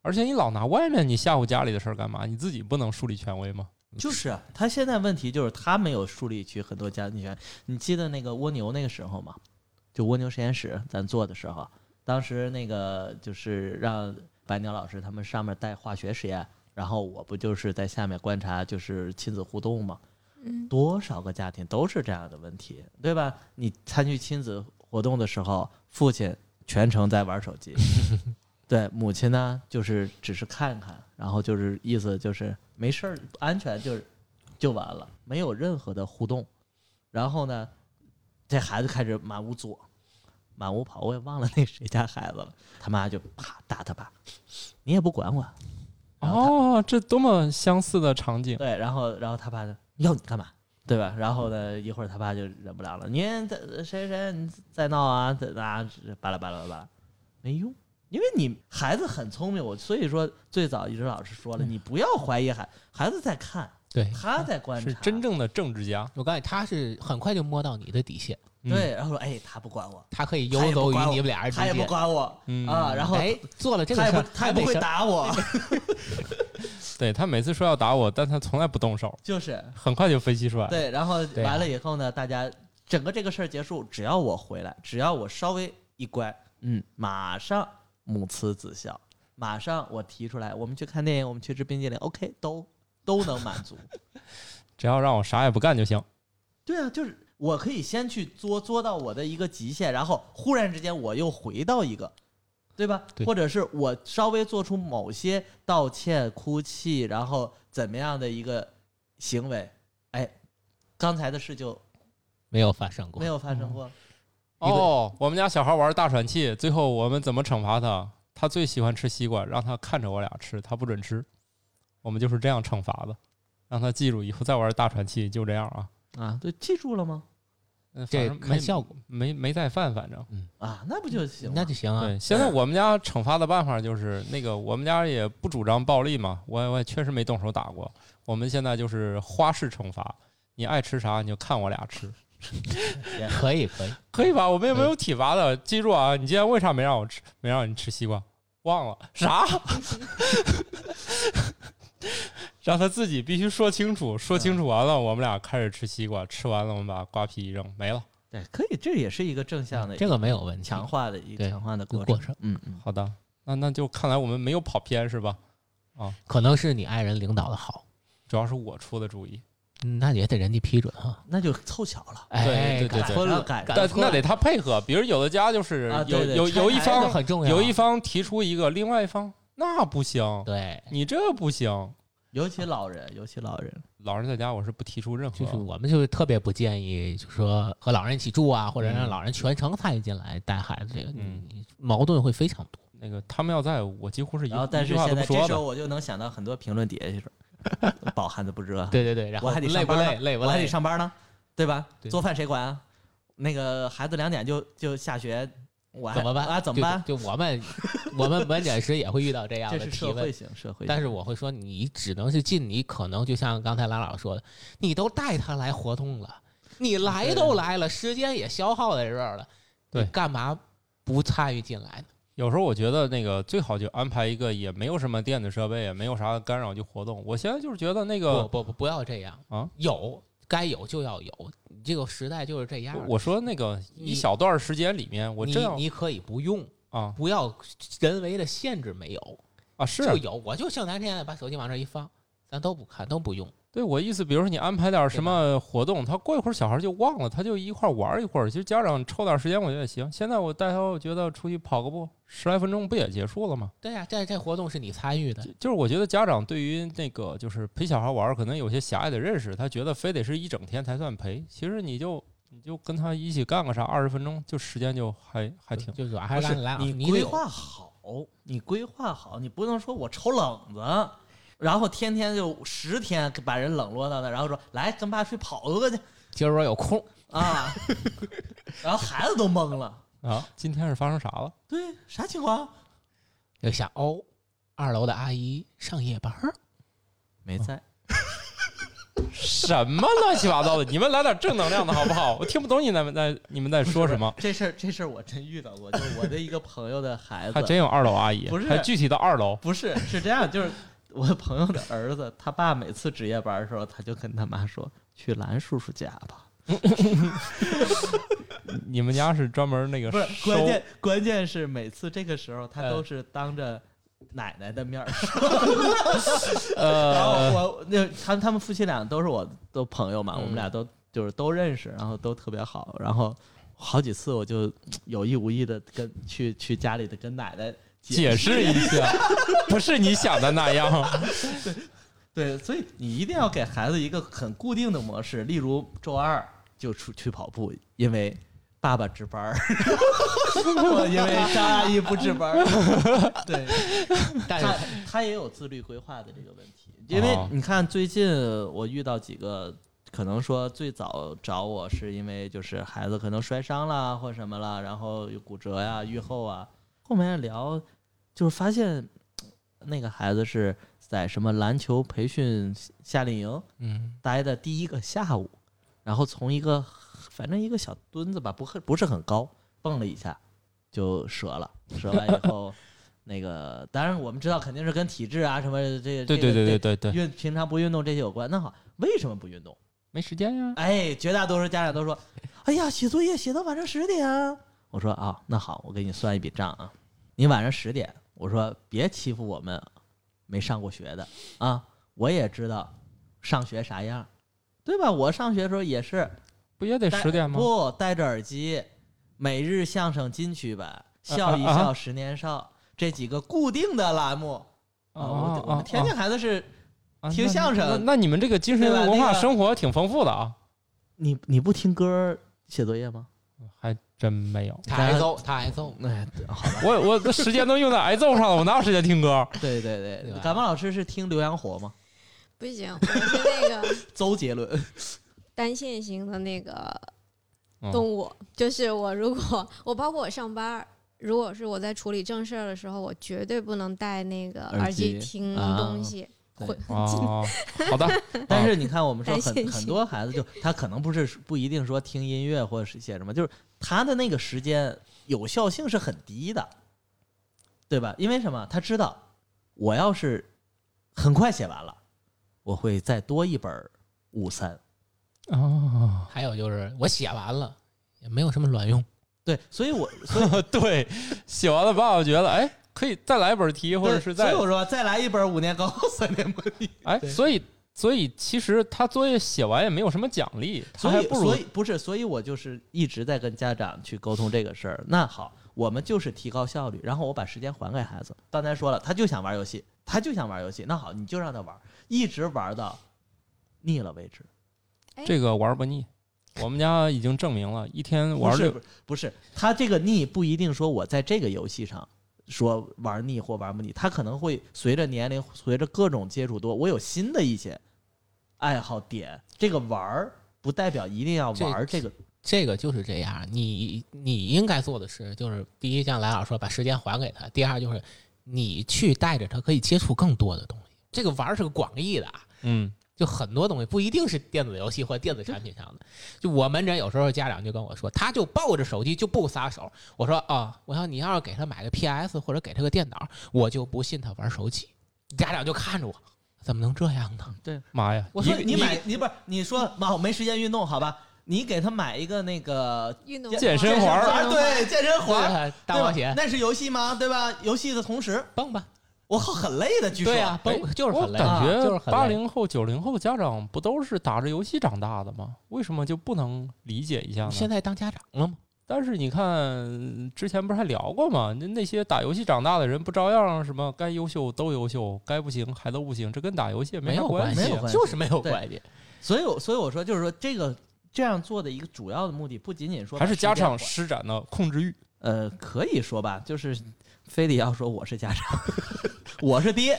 [SPEAKER 1] 而且你老拿外面你吓唬家里的事儿干嘛？你自己不能树立权威吗？
[SPEAKER 4] 就是啊他现在问题就是他没有树立起很多家庭权。你记得那个蜗牛那个时候吗？就蜗牛实验室咱做的时候，当时那个就是让白鸟老师他们上面带化学实验，然后我不就是在下面观察，就是亲子互动嘛，
[SPEAKER 3] 嗯
[SPEAKER 4] 多少个家庭都是这样的问题，对吧？你参与亲子活动的时候，父亲全程在玩手机，对，母亲呢就是只是看看，然后就是意思就是没事儿，安全就是就完了，没有任何的互动。然后呢，这孩子开始满屋坐，满屋跑，我也忘了那谁家孩子了，他妈就啪打他爸，你也不管我，然后他
[SPEAKER 1] 哦，这多么相似的场景！
[SPEAKER 4] 对，然后然后他爸就要你干嘛，对吧？然后呢，一会儿他爸就忍不了了，你在谁谁谁你再闹啊，再啊，巴拉巴拉巴拉，没用。因为你孩子很聪明，我所以说最早一直老师说了，你不要怀疑孩孩子在看，
[SPEAKER 2] 对
[SPEAKER 4] 他在观察，
[SPEAKER 1] 是真正的政治家，
[SPEAKER 2] 我告诉你，他是很快就摸到你的底线，
[SPEAKER 1] 嗯
[SPEAKER 4] 对。然后说，哎，他不管我，
[SPEAKER 2] 他可以游走于你们俩人之
[SPEAKER 4] 他也不
[SPEAKER 2] 间。
[SPEAKER 4] 管我、
[SPEAKER 1] 嗯
[SPEAKER 4] 啊，然后
[SPEAKER 2] 哎，做了这个
[SPEAKER 4] 他
[SPEAKER 2] 事
[SPEAKER 4] 也不
[SPEAKER 2] 儿，哎
[SPEAKER 4] 他也
[SPEAKER 2] 还得
[SPEAKER 4] 不会
[SPEAKER 2] 生
[SPEAKER 4] 打我，
[SPEAKER 1] 对他每次说要打我，但他从来不动手，
[SPEAKER 4] 就是
[SPEAKER 1] 很快就分析出来。
[SPEAKER 4] 对，然后
[SPEAKER 2] 对啊
[SPEAKER 4] 完了以后呢，大家整个这个事儿结束，只要我回来，只要我稍微一乖，嗯，马上母慈子孝，马上我提出来，我们去看电影，我们去吃冰激凌，OK，都都能满足。
[SPEAKER 1] 只要让我啥也不干就行。
[SPEAKER 4] 对啊，就是我可以先去作作到我的一个极限，然后忽然之间我又回到一个，对吧？
[SPEAKER 1] 对
[SPEAKER 4] 或者是我稍微做出某些道歉、哭泣，然后怎么样的一个行为，哎，刚才的事就
[SPEAKER 2] 没有发生过
[SPEAKER 4] 没。有发生过。
[SPEAKER 2] 一个
[SPEAKER 1] 哦，我们家小孩玩大喘气，最后我们怎么惩罚他？他最喜欢吃西瓜，让他看着我俩吃，他不准吃。我们就是这样惩罚的，让他记住以后再玩大喘气就这样啊。
[SPEAKER 4] 啊，对，记住了吗？
[SPEAKER 1] 嗯，
[SPEAKER 2] 这
[SPEAKER 1] 反正
[SPEAKER 2] 看效果，
[SPEAKER 1] 没没没再犯，反正。
[SPEAKER 4] 啊，那不就行
[SPEAKER 2] 那
[SPEAKER 4] 了？
[SPEAKER 2] 就行啊。
[SPEAKER 1] 对，现在我们家惩罚的办法就是那个，我们家也不主张暴力嘛，我也我也确实没动手打过。我们现在就是花式惩罚，你爱吃啥你就看我俩吃，
[SPEAKER 2] 可以可以，
[SPEAKER 1] 可以吧？我们也没有体罚的，记住啊！你今天为啥没让我吃，没让你吃西瓜？忘了啥？让他自己必须说清楚，说清楚完了，我们俩开始吃西瓜，吃完了我们把瓜皮一扔，没了。
[SPEAKER 4] 对，可以，这也是一个正向的、
[SPEAKER 2] 这个没有问题。
[SPEAKER 4] 强化的一个
[SPEAKER 2] 对
[SPEAKER 4] 强化的
[SPEAKER 2] 这
[SPEAKER 4] 过
[SPEAKER 2] 个
[SPEAKER 4] 程
[SPEAKER 2] 过。程
[SPEAKER 4] 嗯嗯，
[SPEAKER 1] 好的，那那就看来我们没有跑偏是吧？
[SPEAKER 2] 可能是你爱人领导的好，
[SPEAKER 1] 主要是我出的主意。
[SPEAKER 2] 嗯那也得人家批准哈。
[SPEAKER 4] 那就凑巧了。
[SPEAKER 2] 哎，
[SPEAKER 1] 对对
[SPEAKER 2] 赶
[SPEAKER 1] 对
[SPEAKER 2] 婚了
[SPEAKER 4] 赶
[SPEAKER 2] 赶
[SPEAKER 1] 但
[SPEAKER 2] 婚
[SPEAKER 1] 那
[SPEAKER 2] 了
[SPEAKER 1] 得他配合，比如有的家就是有、
[SPEAKER 4] 啊对对
[SPEAKER 1] 有
[SPEAKER 4] 拆
[SPEAKER 1] 有一
[SPEAKER 4] 台
[SPEAKER 2] 这个
[SPEAKER 1] 方
[SPEAKER 2] 很重要，
[SPEAKER 1] 有一方提出一个，另外一方那不行，
[SPEAKER 2] 对，
[SPEAKER 1] 你这不行。
[SPEAKER 4] 尤其老人，尤其老人，
[SPEAKER 1] 老人在家我是不提出任
[SPEAKER 2] 就是
[SPEAKER 1] 何，
[SPEAKER 2] 我们就是特别不建议，就说和老人一起住啊，或者让
[SPEAKER 1] 嗯
[SPEAKER 2] 老人全程参与进来带孩子，这个
[SPEAKER 1] 嗯
[SPEAKER 2] 你矛盾会非常多。
[SPEAKER 1] 那个他们要在我几乎是一
[SPEAKER 4] 然后但
[SPEAKER 1] 一句
[SPEAKER 4] 是
[SPEAKER 1] 话
[SPEAKER 4] 现
[SPEAKER 1] 都
[SPEAKER 4] 在
[SPEAKER 1] 不
[SPEAKER 4] 这
[SPEAKER 1] 说
[SPEAKER 4] 时候
[SPEAKER 1] 的。
[SPEAKER 4] 我就能想到很多评论底下就是饱汉子不知饿，
[SPEAKER 2] 对对对，然
[SPEAKER 4] 我
[SPEAKER 2] 后
[SPEAKER 4] 还得
[SPEAKER 2] 累
[SPEAKER 4] 上
[SPEAKER 2] 不
[SPEAKER 4] 班呢
[SPEAKER 2] 累？累不
[SPEAKER 4] 我还
[SPEAKER 2] 累
[SPEAKER 4] 得？上班呢，对吧？
[SPEAKER 2] 对
[SPEAKER 4] 做饭谁管啊？那个孩子两点就就下学，我还
[SPEAKER 2] 怎么办
[SPEAKER 4] 啊？怎么办？
[SPEAKER 2] 就就我们 我们门诊时也会遇到这样
[SPEAKER 4] 这
[SPEAKER 2] 的
[SPEAKER 4] 是
[SPEAKER 2] 提
[SPEAKER 4] 社会
[SPEAKER 2] 问。
[SPEAKER 4] 性社会性，
[SPEAKER 2] 但是我会说，你只能是尽你可能，就像刚才兰老师说的，你都带他来活动了，你来都来了，时间也消耗在这儿了，你
[SPEAKER 1] 对
[SPEAKER 2] 干嘛不参与进来呢？
[SPEAKER 1] 有时候我觉得那个最好就安排一个也没有什么电子设备，也没有啥干扰就活动。我现在就是觉得那
[SPEAKER 2] 不
[SPEAKER 1] 个，
[SPEAKER 2] 不不，不要这样
[SPEAKER 1] 啊！
[SPEAKER 2] 有该有就要有，你这个时代就是这样的。
[SPEAKER 1] 我说那个一
[SPEAKER 2] 你
[SPEAKER 1] 小段时间里面，我
[SPEAKER 2] 你
[SPEAKER 1] 真要
[SPEAKER 2] 你可以不用，
[SPEAKER 1] 啊
[SPEAKER 2] 不要人为的限制没有，
[SPEAKER 1] 啊是
[SPEAKER 2] 就有。我就像咱现在把手机往这一放，咱都不看，都不用。
[SPEAKER 1] 对我意思，比如说你安排点儿什么活动，他过一会儿小孩就忘了，他就一块儿玩儿一会儿。其实家长抽点儿时间，我觉得也行。现在我带他，我觉得出去跑个步，十来分钟不也结束了吗？
[SPEAKER 2] 对呀、这这活动是你参与的，
[SPEAKER 1] 就是我觉得家长对于那个就是陪小孩玩儿，可能有些狭隘的认识，他觉得非得是一整天才算陪。其实你就你就跟他一起干个啥，二十分钟就时间就还还挺。
[SPEAKER 2] 就主要还
[SPEAKER 4] 不
[SPEAKER 2] 是
[SPEAKER 4] 是
[SPEAKER 2] 来来啊
[SPEAKER 4] 你
[SPEAKER 2] 得
[SPEAKER 4] 规
[SPEAKER 2] 有
[SPEAKER 4] 划好，你规划好，你不能说我抽冷子，然后天天就十天把人冷落到那，然后说来跟爸出去跑个去
[SPEAKER 2] 今儿我有空，
[SPEAKER 4] 啊，然后孩子都懵了，
[SPEAKER 1] 啊，今天是发生啥 了？
[SPEAKER 4] 对，啥情况？
[SPEAKER 2] 就想哦，二楼的阿姨上夜 班儿，
[SPEAKER 4] 没在，
[SPEAKER 1] 什么乱七八糟的？你们来点正能量的好不好？我听不懂你们在你们在说什么。
[SPEAKER 4] 这事儿这事儿我真遇到过，就是我的一个朋友的孩
[SPEAKER 1] 还
[SPEAKER 4] 子，
[SPEAKER 1] 真有二楼阿姨，
[SPEAKER 4] 不是
[SPEAKER 1] 还具体到二楼。
[SPEAKER 4] 不是是这样，就是我朋友的儿子，他爸每次值夜班的时候，他就跟他妈说去蓝叔叔家吧。
[SPEAKER 1] 你们家是专门那个
[SPEAKER 4] 不是
[SPEAKER 1] 收
[SPEAKER 4] 关键，关键是每次这个时候，他
[SPEAKER 1] 呃
[SPEAKER 4] 都是当着奶奶的面 儿。然
[SPEAKER 1] 呃，
[SPEAKER 4] 后我那他们他们夫妻俩都是我的朋友嘛，
[SPEAKER 1] 嗯
[SPEAKER 4] 我们俩都就是都认识，然后都特别好，然后好几次我就有意无意的跟去去家里的跟奶奶
[SPEAKER 1] 解释一下，不是你想的那样。
[SPEAKER 4] 对，所以你一定要给孩子一个很固定的模式，例如周二就出去跑步，因为爸爸值班儿， 或因为张阿姨不值班儿。 对，
[SPEAKER 2] 但
[SPEAKER 4] 他
[SPEAKER 2] 是
[SPEAKER 4] 他也有自律规划的这个问题，因为
[SPEAKER 1] 哦
[SPEAKER 4] 你看最近我遇到几个，可能说最早找我是因为就是孩子可能摔伤啦或什么了，然后有骨折呀、愈后啊，后面聊就是发现那个孩子是在什么篮球培训夏令营
[SPEAKER 1] 嗯，
[SPEAKER 4] 待的第一个下午，然后从一个反正一个小墩子吧，不很不是很高，蹦了一下就折了，折 完以后。那个，当然我们知道肯定是跟体质啊什么
[SPEAKER 1] 对
[SPEAKER 4] 这
[SPEAKER 1] 对对对对
[SPEAKER 4] 对
[SPEAKER 1] 对，
[SPEAKER 4] 运平常不运动这些有关。那好，为什么不运动？
[SPEAKER 1] 没时间 呀。
[SPEAKER 4] 哎，绝大多数家长都说：“哎呀，写作业写到晚上十点啊。”我说：“啊，那好，我给你算一笔账啊，你晚上十点，我说别欺负我们没上过学的啊，我也知道上学啥样，对吧？我上学的时候也是
[SPEAKER 1] 不也得
[SPEAKER 4] 戴
[SPEAKER 1] 十点吗？
[SPEAKER 4] 不戴着耳机，每日相声金曲版，笑一
[SPEAKER 1] 啊啊
[SPEAKER 4] 笑十年少、这几个固定的栏目
[SPEAKER 1] 哦
[SPEAKER 4] 啊，我们我们天津孩子是
[SPEAKER 1] 啊
[SPEAKER 4] 听
[SPEAKER 1] 那
[SPEAKER 4] 相声
[SPEAKER 1] 那那你们这个精神
[SPEAKER 4] 对吧
[SPEAKER 1] 文化
[SPEAKER 4] 那个
[SPEAKER 1] 生活挺丰富的啊，
[SPEAKER 4] 你你不听歌写作业吗？
[SPEAKER 1] 还真没有。
[SPEAKER 2] 他挨揍，他挨揍。
[SPEAKER 4] 哎，
[SPEAKER 1] 哦
[SPEAKER 4] 好吧，
[SPEAKER 1] 我我的时间都用在挨揍上了，我哪有时间听歌？
[SPEAKER 4] 对对对
[SPEAKER 2] 对吧
[SPEAKER 4] 感冒老师是听刘洋火吗？
[SPEAKER 3] 不行，我 是那个
[SPEAKER 4] 周杰伦，
[SPEAKER 3] 单线型的那个
[SPEAKER 4] 哦
[SPEAKER 1] 嗯
[SPEAKER 3] 动物，就是我如果我包括我上班儿，如果是我在处理正事儿的时候，我绝对不能戴那个
[SPEAKER 4] 耳
[SPEAKER 3] 耳机
[SPEAKER 4] 机
[SPEAKER 3] 听
[SPEAKER 4] 啊
[SPEAKER 3] 东西，
[SPEAKER 4] 对
[SPEAKER 3] 会
[SPEAKER 1] 哦，好的，
[SPEAKER 4] 但是你看我们说
[SPEAKER 3] 哎谢
[SPEAKER 4] 很
[SPEAKER 3] 谢
[SPEAKER 4] 很多孩子就他可能不是不一定说听音乐或者是写什么，就是他的那个时间有效性是很低的，对吧？因为什么？他知道我要是很快写完了，我会再多一本五三。
[SPEAKER 1] 哦，
[SPEAKER 2] 还有就是我写完了也没有什么卵用，
[SPEAKER 4] 对，所以我
[SPEAKER 1] 对，写完了吧，我觉得哎，可以再来一本题，或者是
[SPEAKER 4] 所
[SPEAKER 1] 再
[SPEAKER 4] 以我说再来一本五年高考三年模拟。
[SPEAKER 1] 哎，
[SPEAKER 4] 对
[SPEAKER 1] 所以所以其实他作业写完也没有什么奖励，他
[SPEAKER 4] 所
[SPEAKER 1] 还
[SPEAKER 4] 以，
[SPEAKER 1] 不如
[SPEAKER 4] 所以不是，所以我就是一直在跟家长去沟通这个事儿。那好，我们就是提高效率，然后我把时间还给孩子。刚才说了，他就想玩游戏，他就想玩游戏。那好，你就让他玩，一直玩到腻了为止。
[SPEAKER 1] 这个玩不腻。我们家已经证明了，一天
[SPEAKER 4] 不
[SPEAKER 1] 玩
[SPEAKER 4] 是
[SPEAKER 1] 六
[SPEAKER 4] 不是不是，他这个腻不一定说我在这个游戏上说玩腻或玩不腻，他可能会随着年龄，随着各种接触多，我有新的一些爱好点。这个玩儿不代表一定要
[SPEAKER 2] 这
[SPEAKER 4] 玩儿这个
[SPEAKER 2] 这个就是这样。你你应该做的是，就是第一像兰老师说，把时间还给他；第二就是你去带着他，可以接触更多的东西。这个玩儿是个广义的啊，
[SPEAKER 1] 嗯，
[SPEAKER 2] 就很多东西不一定是电子游戏或电子产品上的。就我门诊有时候家长就跟我说，他就抱着手机就不撒手。我说啊、我要你要是给他买个 PS 或者给他个电脑，我就不信他玩手机。家长就看着我，怎么能这样呢？
[SPEAKER 1] 妈呀！
[SPEAKER 4] 我说
[SPEAKER 1] 一个
[SPEAKER 4] 你买你不是你说妈我没时间运动好吧？你给他买一个那个
[SPEAKER 3] 运动
[SPEAKER 1] 健身环儿
[SPEAKER 4] 儿对健身环儿，
[SPEAKER 2] 对吧大
[SPEAKER 4] 对吧
[SPEAKER 2] 冒险，
[SPEAKER 4] 那是游戏吗？对吧？游戏的同时，
[SPEAKER 2] 蹦吧，
[SPEAKER 4] 我靠，很累的，据说
[SPEAKER 2] 对啊呀、蹦就是
[SPEAKER 1] 我
[SPEAKER 2] 很累，啊
[SPEAKER 1] 感
[SPEAKER 2] 就
[SPEAKER 1] 觉
[SPEAKER 2] 是很
[SPEAKER 1] 八
[SPEAKER 2] 累。
[SPEAKER 1] 零后、九零后家长不都是打着游戏长大的吗？为什么就不能理解一下呢？
[SPEAKER 2] 现在当家长了吗？
[SPEAKER 1] 但是你看，之前不是还聊过吗？那那些打游戏长大的人，不照样什么该优秀都优秀，该不行还都不行，这跟打游戏也
[SPEAKER 2] 没
[SPEAKER 1] 啥
[SPEAKER 2] 有
[SPEAKER 1] 关
[SPEAKER 2] 系啊
[SPEAKER 4] 没有关，系
[SPEAKER 2] 就是没有
[SPEAKER 4] 对
[SPEAKER 2] 关系。
[SPEAKER 4] 所以我所以我说就是说这个这样做的一个主要的目的，不仅仅说
[SPEAKER 1] 还是家长
[SPEAKER 4] 把时间
[SPEAKER 1] 施展了控制欲。
[SPEAKER 4] 管呃可以说吧，就是非得要说我是家长， 我是爹，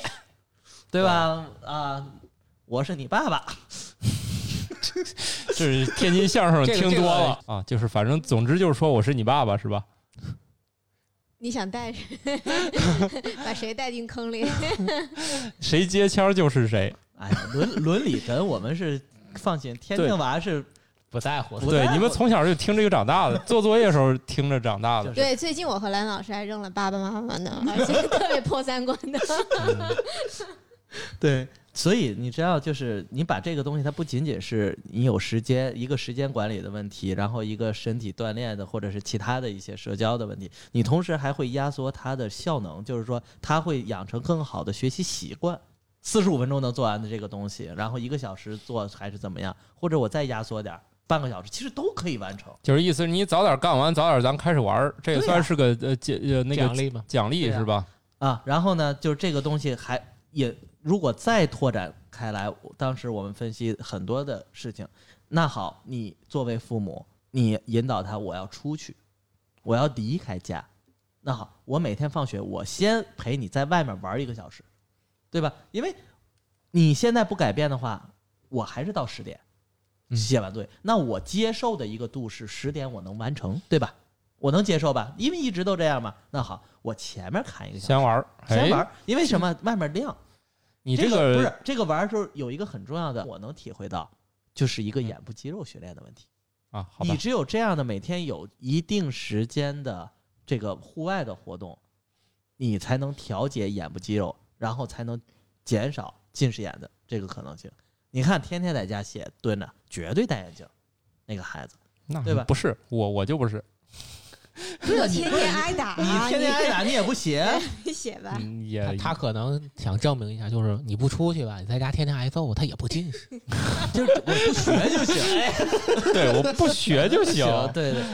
[SPEAKER 4] 对吧？啊，我是你爸爸，
[SPEAKER 1] 这是天津相声
[SPEAKER 2] 这个
[SPEAKER 1] 听多了啊，就是反正总之就是说我是你爸爸是吧？
[SPEAKER 3] 你想带着， 把谁带进坑 里？
[SPEAKER 1] 谁接腔儿就是谁。
[SPEAKER 4] 哎呀，伦伦理跟我们是放心，天津
[SPEAKER 1] 对
[SPEAKER 4] 娃是
[SPEAKER 2] 不在乎，
[SPEAKER 4] 不
[SPEAKER 1] 对
[SPEAKER 4] 在，乎
[SPEAKER 1] 你们从小就听这个长大的，做作业的时候听着长大的。
[SPEAKER 4] 就是
[SPEAKER 3] 对，最近我和兰老师还 扔了爸爸妈妈呢，而且特别破三观的。
[SPEAKER 4] 对，所以你知道，就是你把这个东西，它不仅仅是你有时间一个时间管理的问题，然后一个身体锻炼的，或者是其他的一些社交的问题，你同时还会压缩它的效能，就是说它会养成更好的学习习惯。四十五分钟能做完的这个东西，然后一个小时做还是怎么样，或者我再压缩点儿，半个小时，其实都可以完成。
[SPEAKER 1] 就是意思你早点干完，早点咱开始玩儿，这也
[SPEAKER 4] 对
[SPEAKER 1] 算
[SPEAKER 4] 呀
[SPEAKER 1] 是个呃奖呃那
[SPEAKER 2] 奖
[SPEAKER 1] 个
[SPEAKER 2] 励嘛，
[SPEAKER 1] 奖励
[SPEAKER 4] 对呀
[SPEAKER 1] 是吧？
[SPEAKER 4] 啊，然后呢，就是这个东西还也如果再拓展开来，当时我们分析很多的事情。那好，你作为父母，你引导他，我要出去，我要离开家。那好，我每天放学，我先陪你在外面玩一个小时，对吧？因为你现在不改变的话，我还是到十点
[SPEAKER 2] 嗯
[SPEAKER 4] 写完作业。那我接受的一个度是十点我能完成，对吧？我能接受吧？因为一直都这样嘛。那好，我前面看一个小时。
[SPEAKER 1] 先玩儿，
[SPEAKER 4] 先玩
[SPEAKER 1] 哎，
[SPEAKER 4] 儿，因为什么？外面亮。
[SPEAKER 1] 你
[SPEAKER 4] 这
[SPEAKER 1] 个
[SPEAKER 4] 不是这个玩儿的时候有一个很重要的，我能体会到，就是一个眼部肌肉训练的问题。
[SPEAKER 1] 啊，嗯好吧
[SPEAKER 4] 你，只有这样的每天有一定时间的这个户外的活动，你才能调节眼部肌肉，然后才能减少近视眼的这个可能性。你看，天天在家写蹲着，绝对戴眼镜，那个孩子。
[SPEAKER 1] 那
[SPEAKER 4] 对吧
[SPEAKER 1] 不是我，我就不是，
[SPEAKER 4] 对啊，你
[SPEAKER 3] 天
[SPEAKER 4] 不是
[SPEAKER 3] 天挨打
[SPEAKER 4] 你
[SPEAKER 3] 啊，
[SPEAKER 4] 天天挨打，你也不写。
[SPEAKER 3] 你写吧。
[SPEAKER 1] 嗯
[SPEAKER 2] 他
[SPEAKER 1] 也
[SPEAKER 2] 他可能想证明一下，就是你不出去吧，你在家天天挨揍，他也不近视。
[SPEAKER 4] 就是我不学就行。
[SPEAKER 1] 对，我不 学就行。
[SPEAKER 4] 对对，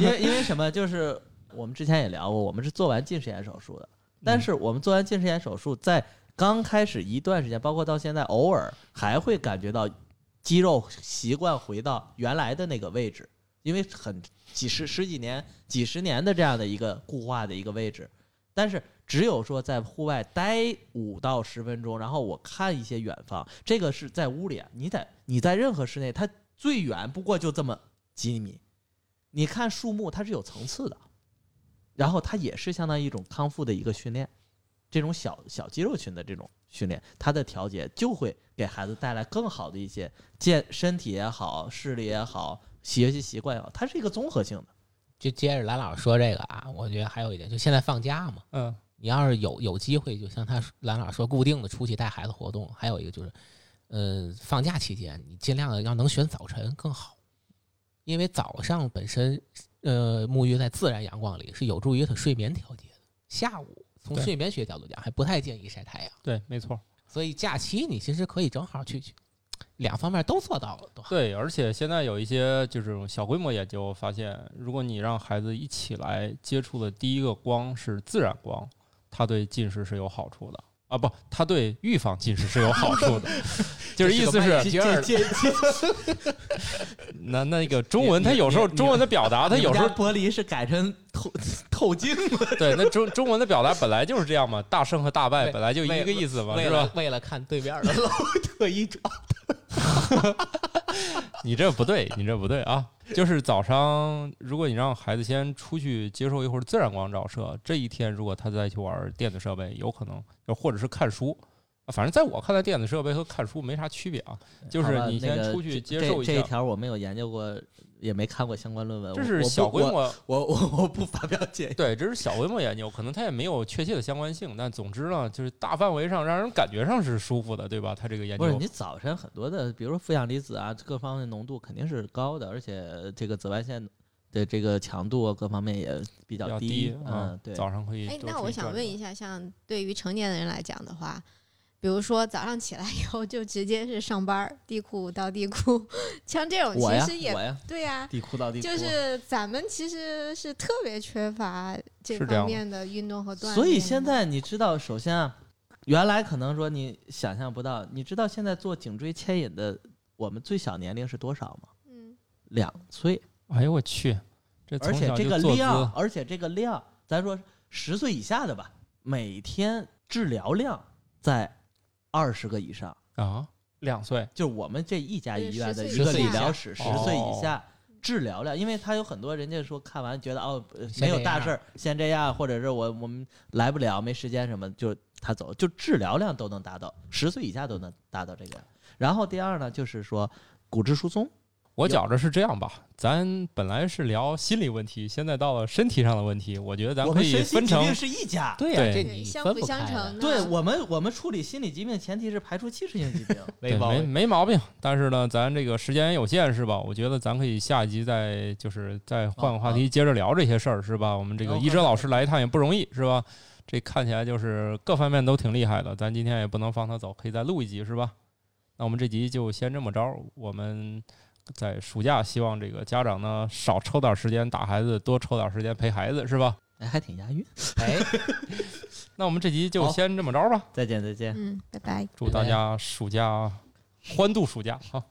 [SPEAKER 4] 因为因为什么？就是我们之前也聊过，我们是做完近视眼手术的，但是我们做完近视眼手术，在刚开始一段时间，包括到现在，偶尔还会感觉到肌肉习惯回到原来的那个位置，因为很几十十几年、几十年的这样的一个固化的一个位置，但是。只有说在户外待五到十分钟，然后我看一些远方，这个是在屋里啊，你在你在任何室内，它最远不过就这么几米，你看树木，它是有层次的，然后它也是相当于一种康复的一个训练，这种小小肌肉群的这种训练，它的调节就会给孩子带来更好的一些健身体也好，视力也好，学习习惯也好，它是一个综合性的。
[SPEAKER 2] 就接着兰老师说这个啊，我觉得还有一点，就现在放假嘛，
[SPEAKER 1] 嗯，
[SPEAKER 2] 你要是有有机会，就像他兰老师说，固定的出去带孩子活动。还有一个就是，呃，放假期间你尽量的要能选早晨更好，因为早上本身，呃，沐浴在自然阳光里是有助于他睡眠调节的。下午从
[SPEAKER 1] 对
[SPEAKER 2] 睡眠学角度讲，还不太建议晒太阳。
[SPEAKER 1] 对，没错。
[SPEAKER 2] 所以假期你其实可以正好去去，两方面都做到了，多好。
[SPEAKER 1] 对，而且现在有一些就是这种小规模研究发现，如果你让孩子一起来接触的第一个光是自然光，它对近视是有好处的啊，不，它对预防近视是有好处的。 就是意思是，那那个中文，它有时候
[SPEAKER 4] 你你
[SPEAKER 1] 中文的表达，它有时候
[SPEAKER 4] 玻璃是改成透透镜了，
[SPEAKER 1] 对， 那中中文的表达本来就是这样嘛，大胜和大败
[SPEAKER 2] 为
[SPEAKER 1] 本来就一
[SPEAKER 2] 为
[SPEAKER 1] 个意思嘛，
[SPEAKER 2] 为
[SPEAKER 1] 是
[SPEAKER 2] 了
[SPEAKER 1] 吧？
[SPEAKER 2] 为了看对面的楼特意装。
[SPEAKER 1] 你这不对，你这不对啊！就是早上，如果你让孩子先出去接受一会儿自然光照射，这一天如果他再去玩电子设备，有可能就或者是看书。啊反正在我看来，电子设备和看书没啥区别啊， 就是你先出去接受一
[SPEAKER 4] 这这一
[SPEAKER 1] 下。
[SPEAKER 4] 条我没有研究过，也没看过相关论文。
[SPEAKER 1] 这
[SPEAKER 4] 我
[SPEAKER 1] 是小规，模，
[SPEAKER 4] 我不我我我我不发表建议。
[SPEAKER 1] 对，这是小规模研究，可能它也没有确切的相关性。但总之呢，就是大范围上让人感觉上是舒服的，对吧？它这个研
[SPEAKER 4] 不是
[SPEAKER 1] 究
[SPEAKER 4] 你早晨很多的，比如说负氧离子啊，各方面浓度肯定是高的，而且这个紫外线的这个强度啊，各方面也
[SPEAKER 1] 比
[SPEAKER 4] 比较
[SPEAKER 1] 低
[SPEAKER 4] 嗯，对，
[SPEAKER 1] 早上可以多
[SPEAKER 3] 哎
[SPEAKER 1] 出，去转转。
[SPEAKER 3] 那我想问一下，像对于成年人来讲的话，比如说早上起来以后就直接是上班儿，地库到地库， 像这种
[SPEAKER 4] 我呀
[SPEAKER 3] 其实也
[SPEAKER 4] 我呀，
[SPEAKER 3] 对呀、
[SPEAKER 4] 地库到地库，
[SPEAKER 3] 就是咱们其实是特别缺乏这
[SPEAKER 1] 是这样
[SPEAKER 3] 方
[SPEAKER 1] 吗
[SPEAKER 3] 面的运动和锻炼的。
[SPEAKER 4] 所以现在你知道，首先啊，原来可能说你想象不到，你知道现在做颈椎牵引的，我们最小年龄是多少吗？
[SPEAKER 3] 嗯，
[SPEAKER 4] 两岁，
[SPEAKER 1] 哎呦我去，这
[SPEAKER 4] 而
[SPEAKER 1] 从
[SPEAKER 4] 且
[SPEAKER 1] 小
[SPEAKER 4] 这
[SPEAKER 1] 就啊
[SPEAKER 4] 个
[SPEAKER 1] 坐
[SPEAKER 4] 量
[SPEAKER 1] 姿，
[SPEAKER 4] 而且这个量，咱说十岁以下的吧，每天治疗量在二十个以上。
[SPEAKER 1] 啊，两岁。
[SPEAKER 4] 就是我们这一家医院的
[SPEAKER 3] 对
[SPEAKER 4] 一
[SPEAKER 2] 10
[SPEAKER 4] 个
[SPEAKER 2] 岁以
[SPEAKER 4] 理
[SPEAKER 2] 下
[SPEAKER 4] 疗室，十
[SPEAKER 1] 哦
[SPEAKER 4] 岁以下治疗量，因为他有很多人家说看完觉得哦呃
[SPEAKER 2] 先
[SPEAKER 4] 没有
[SPEAKER 2] 这
[SPEAKER 4] 大
[SPEAKER 2] 样
[SPEAKER 4] 事儿，先这样，或者是我我们来不了，没时间什么，就他走，就治疗量都能达到，十岁以下都能达到这个。然后第二呢，就是说骨质疏松，
[SPEAKER 1] 我觉着是这样吧，咱本来是聊心理问题，现在到了身体上的问题，我觉得咱
[SPEAKER 4] 我
[SPEAKER 1] 可
[SPEAKER 4] 们
[SPEAKER 1] 以
[SPEAKER 4] 身心
[SPEAKER 1] 分
[SPEAKER 4] 疾病
[SPEAKER 1] 成。
[SPEAKER 4] 是一家。
[SPEAKER 2] 对呀、
[SPEAKER 1] 对
[SPEAKER 2] 这你
[SPEAKER 3] 相
[SPEAKER 2] 分
[SPEAKER 3] 辅
[SPEAKER 2] 不
[SPEAKER 3] 相
[SPEAKER 2] 开的
[SPEAKER 3] 成。啊
[SPEAKER 4] 对我们，我们处理心理疾病，前提是排除器质性疾病，
[SPEAKER 1] 对
[SPEAKER 4] 毛
[SPEAKER 1] 没
[SPEAKER 4] 病。
[SPEAKER 1] 没毛病，但是呢，咱这个时间有限是吧？我觉得咱可以下一集再就是再换
[SPEAKER 4] 哦
[SPEAKER 1] 个话题，接着聊这些事儿是吧？我们这个
[SPEAKER 4] 好
[SPEAKER 1] 一哲
[SPEAKER 4] 好
[SPEAKER 1] 老师来一趟也不容易是吧？这看起来就是各方面都挺厉害的，咱今天也不能放他走，可以再录一集是吧？那我们这集就先这么着，我们在暑假希望这个家长呢少抽点时间打孩子，多抽点时间陪孩子是吧？
[SPEAKER 4] 哎，还挺押韵。
[SPEAKER 2] 哎，
[SPEAKER 1] 那我们这集就
[SPEAKER 4] 好
[SPEAKER 1] 先这么着吧，
[SPEAKER 4] 再见，再见。
[SPEAKER 3] 嗯，拜拜。
[SPEAKER 1] 祝大家暑假欢度暑假好。